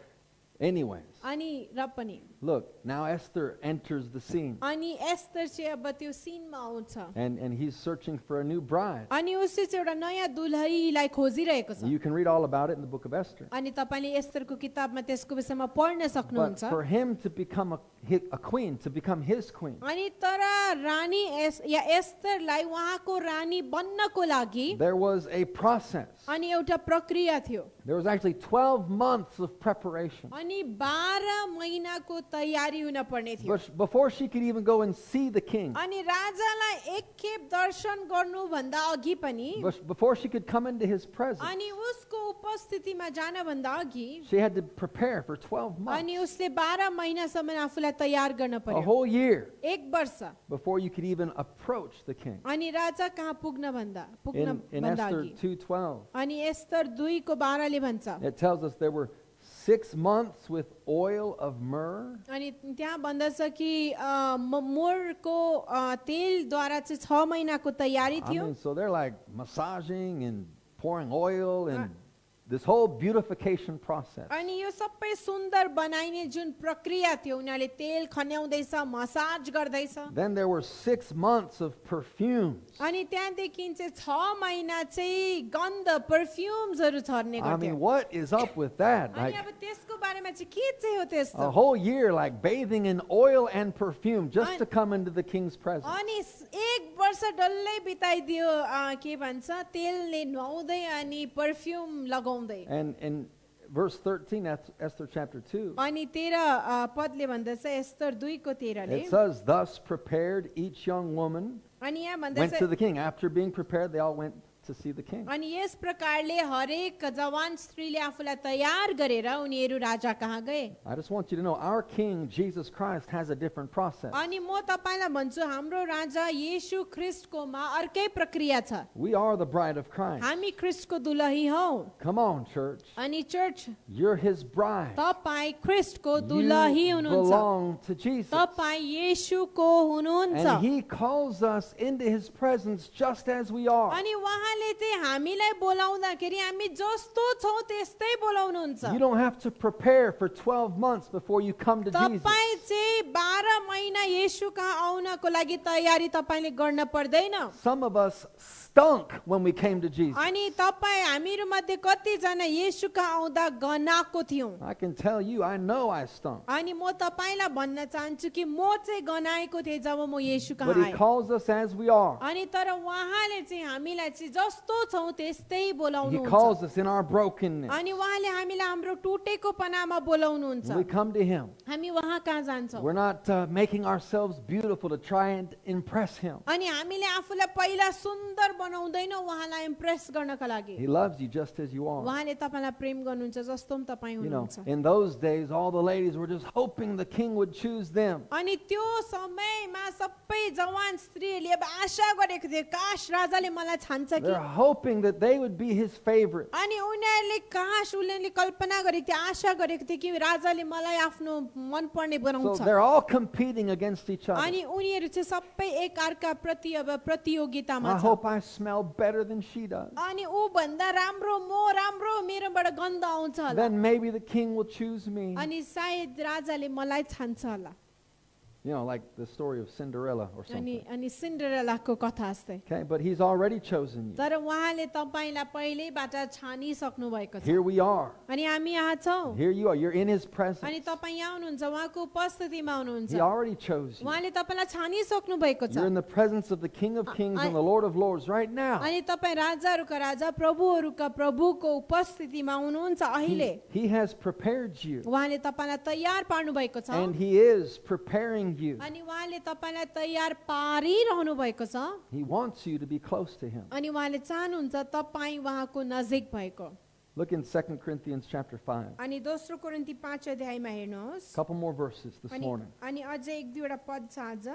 S1: anyways,
S2: अनि र पनि
S1: look, now Esther enters the scene,
S2: अनि एस्तर चाहिँ अब त्यो सिनमा आउँछ
S1: and, and he's searching for a new bride.
S2: अनि उसले चाहिँ एउटा नयाँ दुलहीलाई खोजिरहेको छ
S1: You can read all about it in the book of Esther.
S2: अनि तपाईँले एस्तरको किताबमा त्यसको विषयमा पढ्न
S1: But
S2: सक्नुहुन्छ
S1: for him to become a, hi- a queen, to become his queen,
S2: अनि तर रानी एस या एस्तरलाई उहाँको रानी बन्नको लागि
S1: there was a process.
S2: अनि एउटा प्रक्रिया थियो
S1: There was actually 12 months of preparation.
S2: अनि बाह्र महिनाको तयारी हुन पर्ने थियो
S1: But before she could even go and see the king,
S2: अनि राजालाई एक खेप दर्शन गर्नुभन्दा अघि पनि
S1: but before she could come into his presence,
S2: अनि उसको उपस्थितिमा जानभन्दा अघि
S1: she had to prepare for 12
S2: अनि
S1: months,
S2: उसले बाह्र महिनासम्म आफूलाई तयार गर्न
S1: a
S2: पर्यो
S1: whole year
S2: एक वर्ष
S1: before you could even approach the king.
S2: अनि राजा कहाँ पुग्न भन्दा पुग्न
S1: In, in
S2: भन्दा
S1: Esther
S2: अघि
S1: 2:12,
S2: अनि एस्तर दुईको बाह्रले भन्छ
S1: it tells us there were six months with oil of myrrh,
S2: अनि त्यहाँ भन्दछ कि अ, म- मोरको अ, तेलद्वारा चाहिँ छ महिनाको तयारी
S1: I
S2: थियो
S1: mean, so they're like massaging and pouring oil and this whole beautification process.
S2: अनि यो सबै सुन्दर बनाइने जुन प्रक्रिया थियो उनीहरूले तेल खन्याउँदैछ मसाज गर्दैछ
S1: Then there were six months of perfumes.
S2: अनि त्यहाँदेखि चाहिँ छ महिना चाहिँ गन्ध पर्फ्युम्सहरू
S1: I
S2: छर्ने गर्थ्यो
S1: mean, what is up with that?
S2: अनि
S1: Like
S2: अब त्यसको बारेमा चाहिँ के चाहिँ हो
S1: a
S2: त्यस्तो
S1: whole year, like bathing in oil and perfume just to come into the king's presence.
S2: अनि स- एक वर्ष डल्लै बिताइदियो अ, के भन्छ तेलले नुहाउँदै अनि पर्फ्युम लगाउँदै
S1: And in verse 13, Eth- Esther chapter 2,
S2: अनि तेह्र अ, पदले भन्दछ यस्तर दुईको तेह्रले
S1: it says, Thus prepared each young woman
S2: अनि यहाँ
S1: went to
S2: भन्दछ
S1: the king. After being prepared, they all went to see the king.
S2: अनि यस प्रकारले हरेक जवान स्त्रीले आफूलाई तयार गरेर उनीहरू राजा कहाँ गए
S1: I just want you to know our king, Jesus Christ, has a different process.
S2: अनि म तपाईँलाई भन्छु हाम्रो राजा येशू ख्रिस्टकोमा अर्कै प्रक्रिया छ
S1: We are the bride of Christ.
S2: हामी ख्रिस्टको दुलही हौ
S1: Come on, church.
S2: अनि चर्च
S1: You're his bride.
S2: तपाईँ ख्रिस्टको
S1: You
S2: दुलही हुनुहुन्छ
S1: belong to Jesus.
S2: तपाईँ येशूको हुनुहुन्छ
S1: And he calls us into his presence just as we are.
S2: अनि उहाँले चाहिँ हामीलाई बोलाउँदाखेरि हामी जस्तो छौँ त्यस्तै बोलाउनुहुन्छ
S1: You don't have to prepare for 12 months before you come to Jesus.
S2: तपाईँ चाहिँ बाह्र महिना येशू कहाँ आउनको लागि तयारी तपाईँले गर्न पर्दैन
S1: Some of us stunk when we came to Jesus.
S2: अनि तपाईँ हामीहरू मध्ये कतिजना येशू कहाँ आउँदा गनाएको थियौँ
S1: I can tell you, I know I stunk.
S2: अनि म तपाईँलाई भन्न चाहन्छु कि म चाहिँ गनाएको थिएँ जब म येशू
S1: But
S2: कहाँ
S1: he
S2: आएँ
S1: calls us as we are.
S2: अनि तर उहाँले चाहिँ हामीलाई चाहिँ जस्तो छौँ त्यस्तै
S1: He
S2: बोलाउनुहुन्छ
S1: calls us in our brokenness.
S2: अनि उहाँले हामीलाई हाम्रो टुटेको पनामा बोलाउनुहुन्छ
S1: When we come to him,
S2: हामी उहाँ कहाँ जान्छौँ
S1: we're not uh, making ourselves beautiful to try and impress him.
S2: अनि हामीले आफूलाई पहिला सुन्दर बनाउँदैनौँ उहाँलाई इम्प्रेस गर्नका लागि
S1: He loves you just as you are.
S2: उहाँले तपाईँलाई प्रेम गर्नुहुन्छ जस्तो पनि तपाईँ
S1: You know,
S2: हुनुहुन्छ
S1: in those days, all the ladies were just hoping the king would choose them.
S2: अनि त्यो समयमा सबै जवान स्त्रीहरूले अब आशा गरेको थिए काश राजाले मलाई छान्छ कि
S1: They're hoping that they would be his favorite.
S2: अनि उनीहरूले काश उनीहरूले कल्पना गरेको थियो आशा गरेको थियो कि राजाले मलाई आफ्नो मनपर्ने
S1: So
S2: बनाउँछ
S1: they're all competing against each other.
S2: अनि उनीहरू चाहिँ सबै एक अर्का प्रति अब प्रतियोगितामा
S1: I
S2: छ
S1: hope I smell better than she does.
S2: अनि ऊ भन्दा राम्रो म राम्रो मेरोबाट गन्ध आउँछ होला
S1: Then maybe the king will choose me.
S2: अनि सायद राजाले मलाई छान्छ होला
S1: You know, like the story of Cinderella or
S2: अनि
S1: something.
S2: अनि सिन्डरेलाको कथा जस्तै
S1: Okay, but he's already chosen you.
S2: तर उहाँले तपाईँलाई पहिल्यैबाट छानिसक्नु भएको छ
S1: Here we are.
S2: अनि हामी यहाँ छौँ
S1: Here you are. You're in his
S2: अनि
S1: presence.
S2: तपाईँ यहाँ हुनुहुन्छ उहाँको उपस्थितिमा हुनुहुन्छ
S1: He already chose you.
S2: उहाँले तपाईँलाई छानिसक्नु भएको छ
S1: You're in the presence of the King of Kings and the Lord of Lords right now.
S2: अनि तपाईँ राजाहरूका राजा प्रभुहरूका प्रभुको उपस्थितिमा हुनुहुन्छ अहिले
S1: He, he has prepared you,
S2: उहाँले तपाईँलाई तयार पार्नु भएको छ
S1: and He is preparing you.
S2: अनि उहाँले तपाईँलाई तयार पारिरहनु भएको छ
S1: He wants you to be close to Him.
S2: अनि उहाँले चाहनुहुन्छ तपाईँ उहाँको नजिक भएको
S1: Look in 2 Corinthians chapter 5.
S2: अनि दोस्रो कोरिन्ती पाँच अध्यायमा हेर्नुहोस्
S1: Couple more verses this
S2: अनि
S1: morning.
S2: अनि अझै एक दुईवटा पद छ आज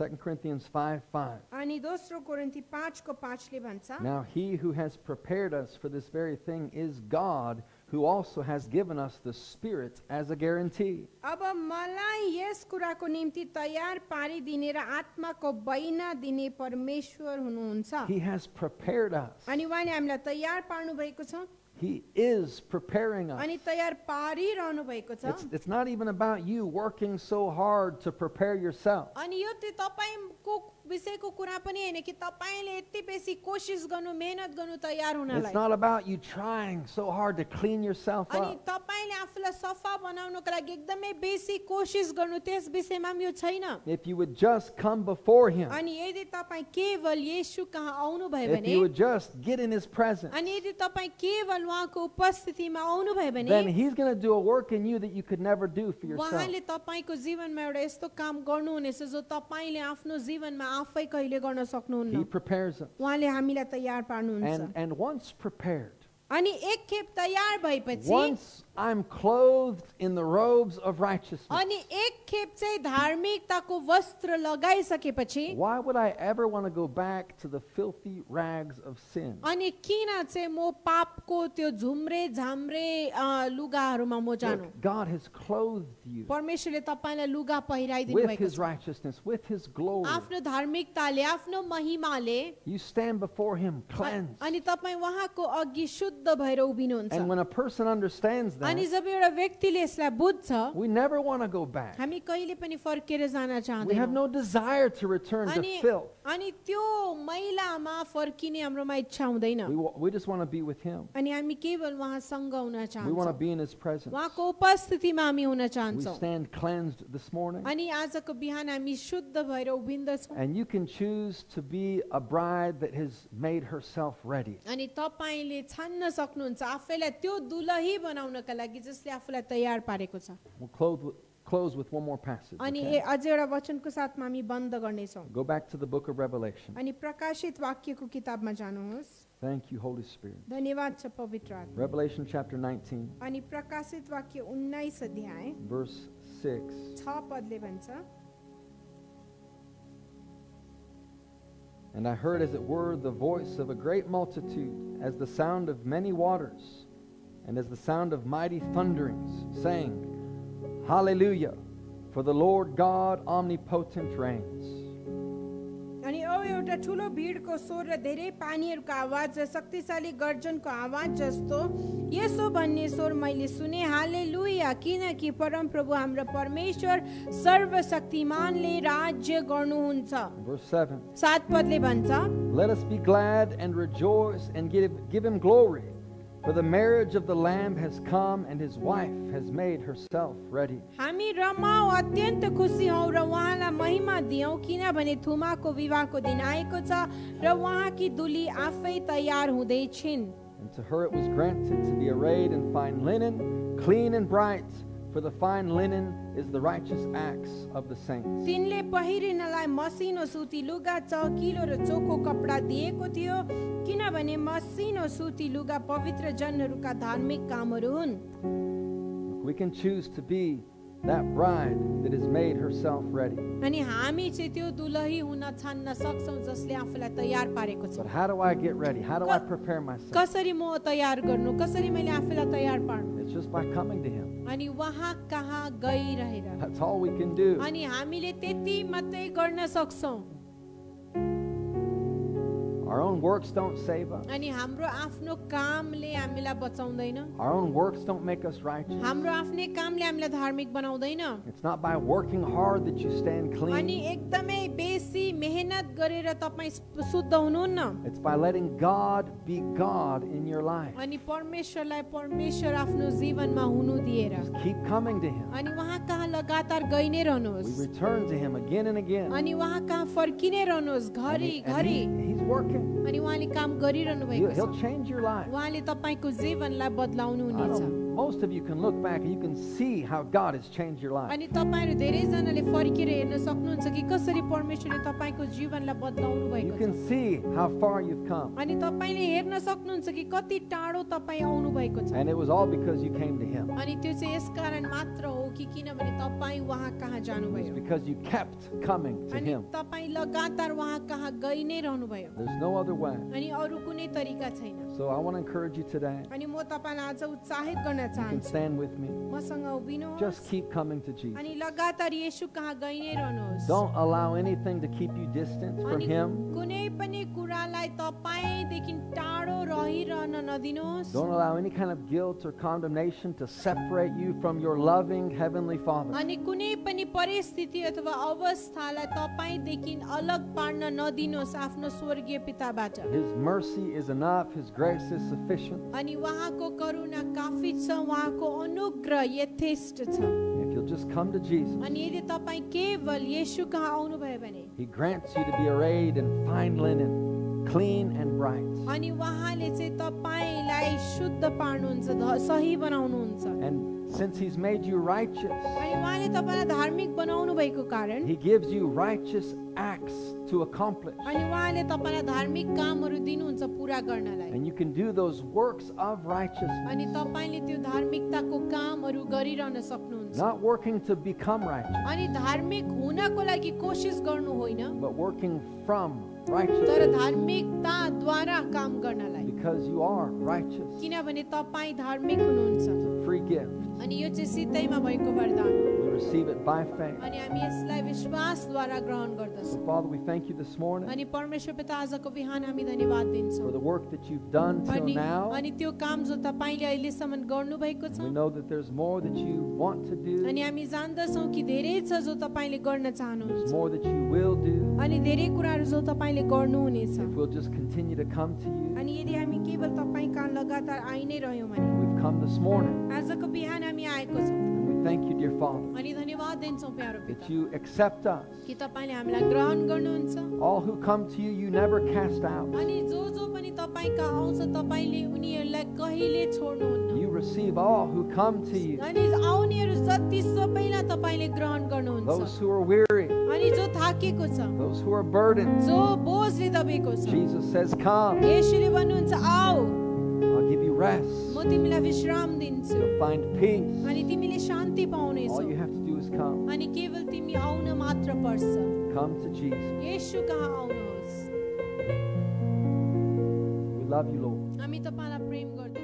S1: 2 Corinthians 5 5.
S2: अनि दोस्रो कोरिन्ती पाँचको पाँचले भन्छ
S1: Now he who has prepared us for this very thing is God, who also has given us the Spirit as a guarantee.
S2: अब मलाई यस कुराको निम्ति तयार पारिदिने र आत्माको बैना दिने परमेश्वर हुनुहुन्छ
S1: He has prepared us.
S2: अनि उहाँले हामीलाई तयार पार्नु भएको छ
S1: He is preparing us.
S2: अनि तयार पारिरहनु भएको छ
S1: It's, it's not even about you working so hard to prepare yourself.
S2: अनि यो त्यो तपाईँको विषयको कुरा पनि होइन कि तपाईँले यति बेसी कोसिस गर्नु मेहनत गर्नु तयार हुनलाई
S1: It's not about you trying so hard to clean yourself
S2: अनि
S1: up.
S2: तपाईँले आफूलाई सफा बनाउनको लागि एकदमै बेसी कोसिस गर्नु त्यस विषयमा पनि यो छैन
S1: If you would just come before [LAUGHS] him,
S2: अनि यदि तपाईँ केवल येशू कहाँ आउनुभयो
S1: if
S2: भने
S1: you would just get in his presence,
S2: अनि यदि तपाईँ केवल उहाँको उपस्थितिमा आउनुभयो भने
S1: then he's going to do a work in you that you could never do for yourself.
S2: उहाँले तपाईँको जीवनमा एउटा यस्तो काम गर्नुहुनेछ जो तपाईँले आफ्नो जीवनमा आफै कहिले गर्न
S1: He
S2: सक्नुहुन्न
S1: prepares us.
S2: उहाँले हामीलाई तयार पार्नुहुन्छ
S1: And, and once prepared,
S2: अनि एक खेप तयार भएपछि
S1: Once I'm clothed in the robes of righteousness,
S2: अनि एक खेप चाहिँ धार्मिकताको वस्त्र लगाइसकेपछि
S1: why would I ever want to go back to the filthy rags of sin?
S2: अनि किन चाहिँ म पापको त्यो झुम्रे झाम्रे अ, लुगाहरूमा म जानु
S1: Look, God has clothed you
S2: परमेश्वरले तपाईँलाई लुगा पहिराइदिनु
S1: with
S2: भएको
S1: his
S2: छ
S1: righteousness, with his glory.
S2: आफ्नो धार्मिकताले आफ्नो महिमाले
S1: You stand before him
S2: a-
S1: cleansed.
S2: अनि तपाईँ उहाँको अघि शुद्ध भएर उभिनुहुन्छ
S1: And when a person understands
S2: अनि
S1: that,
S2: जब एउटा व्यक्तिले यसलाई बुझ्छ
S1: we never want to go back.
S2: हामी कहिले पनि फर्केर जान
S1: We have
S2: चाहँदैनौँ
S1: no desire to return
S2: अनि
S1: to filth.
S2: अनि त्यो मैलामा फर्किने हाम्रोमा इच्छा हुँदैन
S1: We, wa- we just want to be with him.
S2: अनि हामी केवल उहाँसँग हुन
S1: We want to
S2: चाहन्छौँ
S1: be in his presence.
S2: उहाँको उपस्थितिमा हामी हुन
S1: We
S2: चाहन्छौँ
S1: stand cleansed this morning.
S2: अनि आजको बिहान हामी शुद्ध भएर उभिन्दछौँ
S1: And you can choose to be a bride that has made herself ready.
S2: अनि तपाईँले छान्न सक्नुहुन्छ आफैलाई त्यो दुलही बनाउनका लागि जसले आफूलाई तयार पारेको छ
S1: We'll close with, close with one more passage.
S2: अनि
S1: okay?
S2: ए- अझ एउटा वचनको साथमा हामी बन्द गर्नेछौँ
S1: Go back to the book of Revelation.
S2: अनि प्रकाशित वाक्यको किताबमा जानुहोस्
S1: Thank you, Holy Spirit.
S2: धन्यवाद छ पवित्र आत्मा।
S1: Revelation chapter 19,
S2: अनि प्रकाशित वाक्य उन्नाइस अध्याय
S1: verse 6.
S2: छ पदले भन्छ
S1: And I heard, as it were, the voice of a great multitude, as the sound of many waters, and as the sound of mighty thunderings, saying, Hallelujah, for the Lord God omnipotent reigns.
S2: अनि औ एउटा ठुलो भिडको स्वर र धेरै पानीहरूको आवाज र शक्तिशाली गर्जनको आवाज जस्तो यसो भन्ने स्वर मैले सुने हाले लुया किनकि परमप्रभु हाम्रो परमेश्वर सर्वशक्तिमानले राज्य गर्नुहुन्छ
S1: Verse 7
S2: सात पदले भन्छ
S1: Let us be glad and rejoice and give, give him glory, for the marriage of the Lamb has come, and his wife has made herself ready.
S2: हामी रमाऊ अत्यन्त खुसी हौ र उहाँलाई महिमा दियौँ किनभने थुमाको विवाहको दिन आएको छ र उहाँकी दुली आफै तयार हुँदैछिन्
S1: And to her it was granted to be arrayed in fine linen, clean and bright, for the fine linen is the righteous acts of the saints.
S2: तिनले पहिरिनलाई मसिनो सुती लुगा चहकिलो र चोखो कपडा दिएको थियो किनभने मसिनो सुती लुगा पवित्र जनहरूका धार्मिक कामहरू हुन्
S1: We can choose to be that bride that has made herself ready.
S2: अनि हामी चाहिँ त्यो दुलही हुन छान्न सक्छौँ जसले आफूलाई तयार पारेको छ
S1: But how do I get ready? How do I prepare myself?
S2: कसरी म तयार गर्नु कसरी मैले आफूलाई तयार पार्नु
S1: It's just by coming to Him.
S2: अनि उहाँ कहाँ गइरहेर
S1: That's all we can do.
S2: अनि हामीले त्यति मात्रै गर्न सक्छौँ
S1: Our own works don't save us,
S2: अनि हाम्रो आफ्नो कामले हामीलाई बचाउँदैन
S1: our own works don't make us righteous.
S2: हाम्रो आफ्नै कामले हामीलाई धार्मिक बनाउँदैन
S1: It's not by working hard that you stand
S2: अनि
S1: clean,
S2: एकदमै बेसी मेहनत गरेर तपाईँ सु- शुद्ध हुनुहुन्न
S1: it's by letting God be God in your life.
S2: अनि परमेश्वरलाई परमेश्वर आफ्नो जीवनमा हुनु दिएर
S1: Just keep coming to Him.
S2: अनि उहाँ कहाँ लगातार गइ
S1: We
S2: नै रहनुहोस्
S1: return to Him again and again.
S2: अनि उहाँ कहाँ फर्किने रहनुहोस्
S1: And
S2: घरि
S1: he- and
S2: घरि
S1: he- he's working.
S2: अनि उहाँले काम गरिरहनु
S1: He'll,
S2: भएको छ
S1: he'll change your life.
S2: उहाँले तपाईँको जीवनलाई बदलाउनु
S1: I
S2: हुनेछ
S1: know most of you can look back and you can see how God has changed your life.
S2: अनि तपाईँहरू धेरैजनाले फर्केर हेर्न सक्नुहुन्छ कि कसरी परमेश्वरले तपाईँको जीवनलाई बदलाउनु
S1: You
S2: भएको छ
S1: can see how far you've come.
S2: अनि तपाईँले हेर्न सक्नुहुन्छ कि कति टाढो तपाईँ आउनु भएको छ
S1: And it was all because you came to Him.
S2: अनि त्यो चाहिँ यस कारण मात्र हो कि किनभने तपाईँ उहाँ कहाँ
S1: It's
S2: जानुभयो
S1: because you kept coming to
S2: अनि
S1: Him.
S2: तपाईँ लगातार उहाँ कहाँ गइ नै रहनुभयो
S1: There's no other way.
S2: अनि अरू कुनै तरिका छैन
S1: So I want to encourage you today.
S2: अनि म तपाईँलाई आज उत्साहित गर्न
S1: You can
S2: चाहन्छु
S1: stand with me.
S2: मसँग उभिनुहोस्
S1: Just keep coming to Jesus.
S2: अनि लगातार येशू कहाँ गइ नै रहनुहोस्
S1: Don't allow anything to keep you distant from
S2: अनि
S1: Him.
S2: कुनै पनि कुरालाई तपाईँदेखि टाढो रहिरहन नदिनुहोस्
S1: Don't allow any kind of guilt or condemnation to separate you from your loving Heavenly Father.
S2: अनि कुनै पनि परिस्थिति अथवा अवस्थालाई तपाईँदेखि अलग पार्न नदिनुहोस् आफ्नो स्वर्गीय पिताबाट
S1: His mercy is enough, His grace is sufficient.
S2: अनि उहाँको करुणा काफी छ उहाँको अनुग्रह यथेष्ट छ
S1: If you'll just come to Jesus,
S2: अनि यदि तपाईँ केवल येशू कहाँ आउनुभयो भने
S1: He grants you to be arrayed in fine linen, clean and bright.
S2: अनि उहाँले चाहिँ तपाईँलाई शुद्ध पार्नुहुन्छ ध- सही बनाउनुहुन्छ
S1: And Since he's made you righteous,
S2: अनि उहाँले तपाईँलाई धार्मिक बनाउनु भएको कारण
S1: he gives you righteous acts to accomplish.
S2: अनि उहाँले तपाईँलाई धार्मिक कामहरू दिनुहुन्छ पुरा गर्नलाई
S1: And you can do those works of righteousness.
S2: अनि तपाईँले त्यो धार्मिकताको कामहरू गरिरहन सक्नुहुन्छ
S1: Not working to become righteous,
S2: अनि धार्मिक हुनको लागि कोसिस गर्नु होइन
S1: but working from righteousness.
S2: तर धार्मिकताद्वारा काम गर्नलाई
S1: Because you are righteous.
S2: किनभने तपाईँ धार्मिक हुनुहुन्छ
S1: Free gift.
S2: अनि यो चाहिँ सित्तैमा भएको वरदान हो
S1: We receive it by faith.
S2: अनि हामी यसलाई विश्वासद्वारा ग्रहण गर्दछौँ
S1: So, Father, we thank you this morning
S2: अनि परमेश्वर पिता आजको बिहान हामी धन्यवाद दिन्छौँ
S1: for the work that you've done till
S2: अनि
S1: now.
S2: अनि त्यो काम जो तपाईँले अहिलेसम्म गर्नुभएको छ
S1: We know that there's more that you want to do,
S2: अनि हामी जान्दछौँ कि धेरै छ जो तपाईँले गर्न
S1: there's
S2: चाहनुहुन्छ
S1: more that you will do.
S2: अनि धेरै कुराहरू जो तपाईँले गर्नुहुनेछ
S1: If we'll just continue to come to you,
S2: अनि यदि हामी केवल तपाईँ कहाँ लगातार आइ नै रह्यौँ भने
S1: we've come this morning.
S2: आजको बिहान हामी आएको छौँ
S1: And we thank you, dear Father,
S2: अनि धन्यवाद दिन्छौँ प्यारो
S1: that
S2: पिता
S1: you accept us.
S2: कि तपाईँले हामीलाई ग्रहण गर्नुहुन्छ
S1: All who come to you, you never cast out.
S2: अनि जो जो पनि तपाईँ कहाँ आउँछ तपाईँले उनीहरूलाई कहिले छोड्नुहुन्न
S1: You receive all who come to you.
S2: अनि आउनेहरू जति सबैलाई तपाईँले ग्रहण गर्नुहुन्छ
S1: Those who are weary,
S2: अनि जो थाकेको छ
S1: those who are burdened.
S2: जो बोझले दबेको छ
S1: Jesus says, Come,
S2: यसरी भन्नुहुन्छ आऊ
S1: I'll give you
S2: म
S1: rest.
S2: तिमीलाई विश्राम दिन्छु
S1: You'll find peace.
S2: अनि तिमीले शान्ति
S1: All
S2: पाउनेछौ
S1: you have to do is come.
S2: अनि केवल तिमी आउन मात्र पर्छ
S1: Come to Jesus.
S2: यसु कहाँ आउनुहोस्
S1: We love you, Lord.
S2: हामी तपाईँलाई प्रेम गर्दछौँ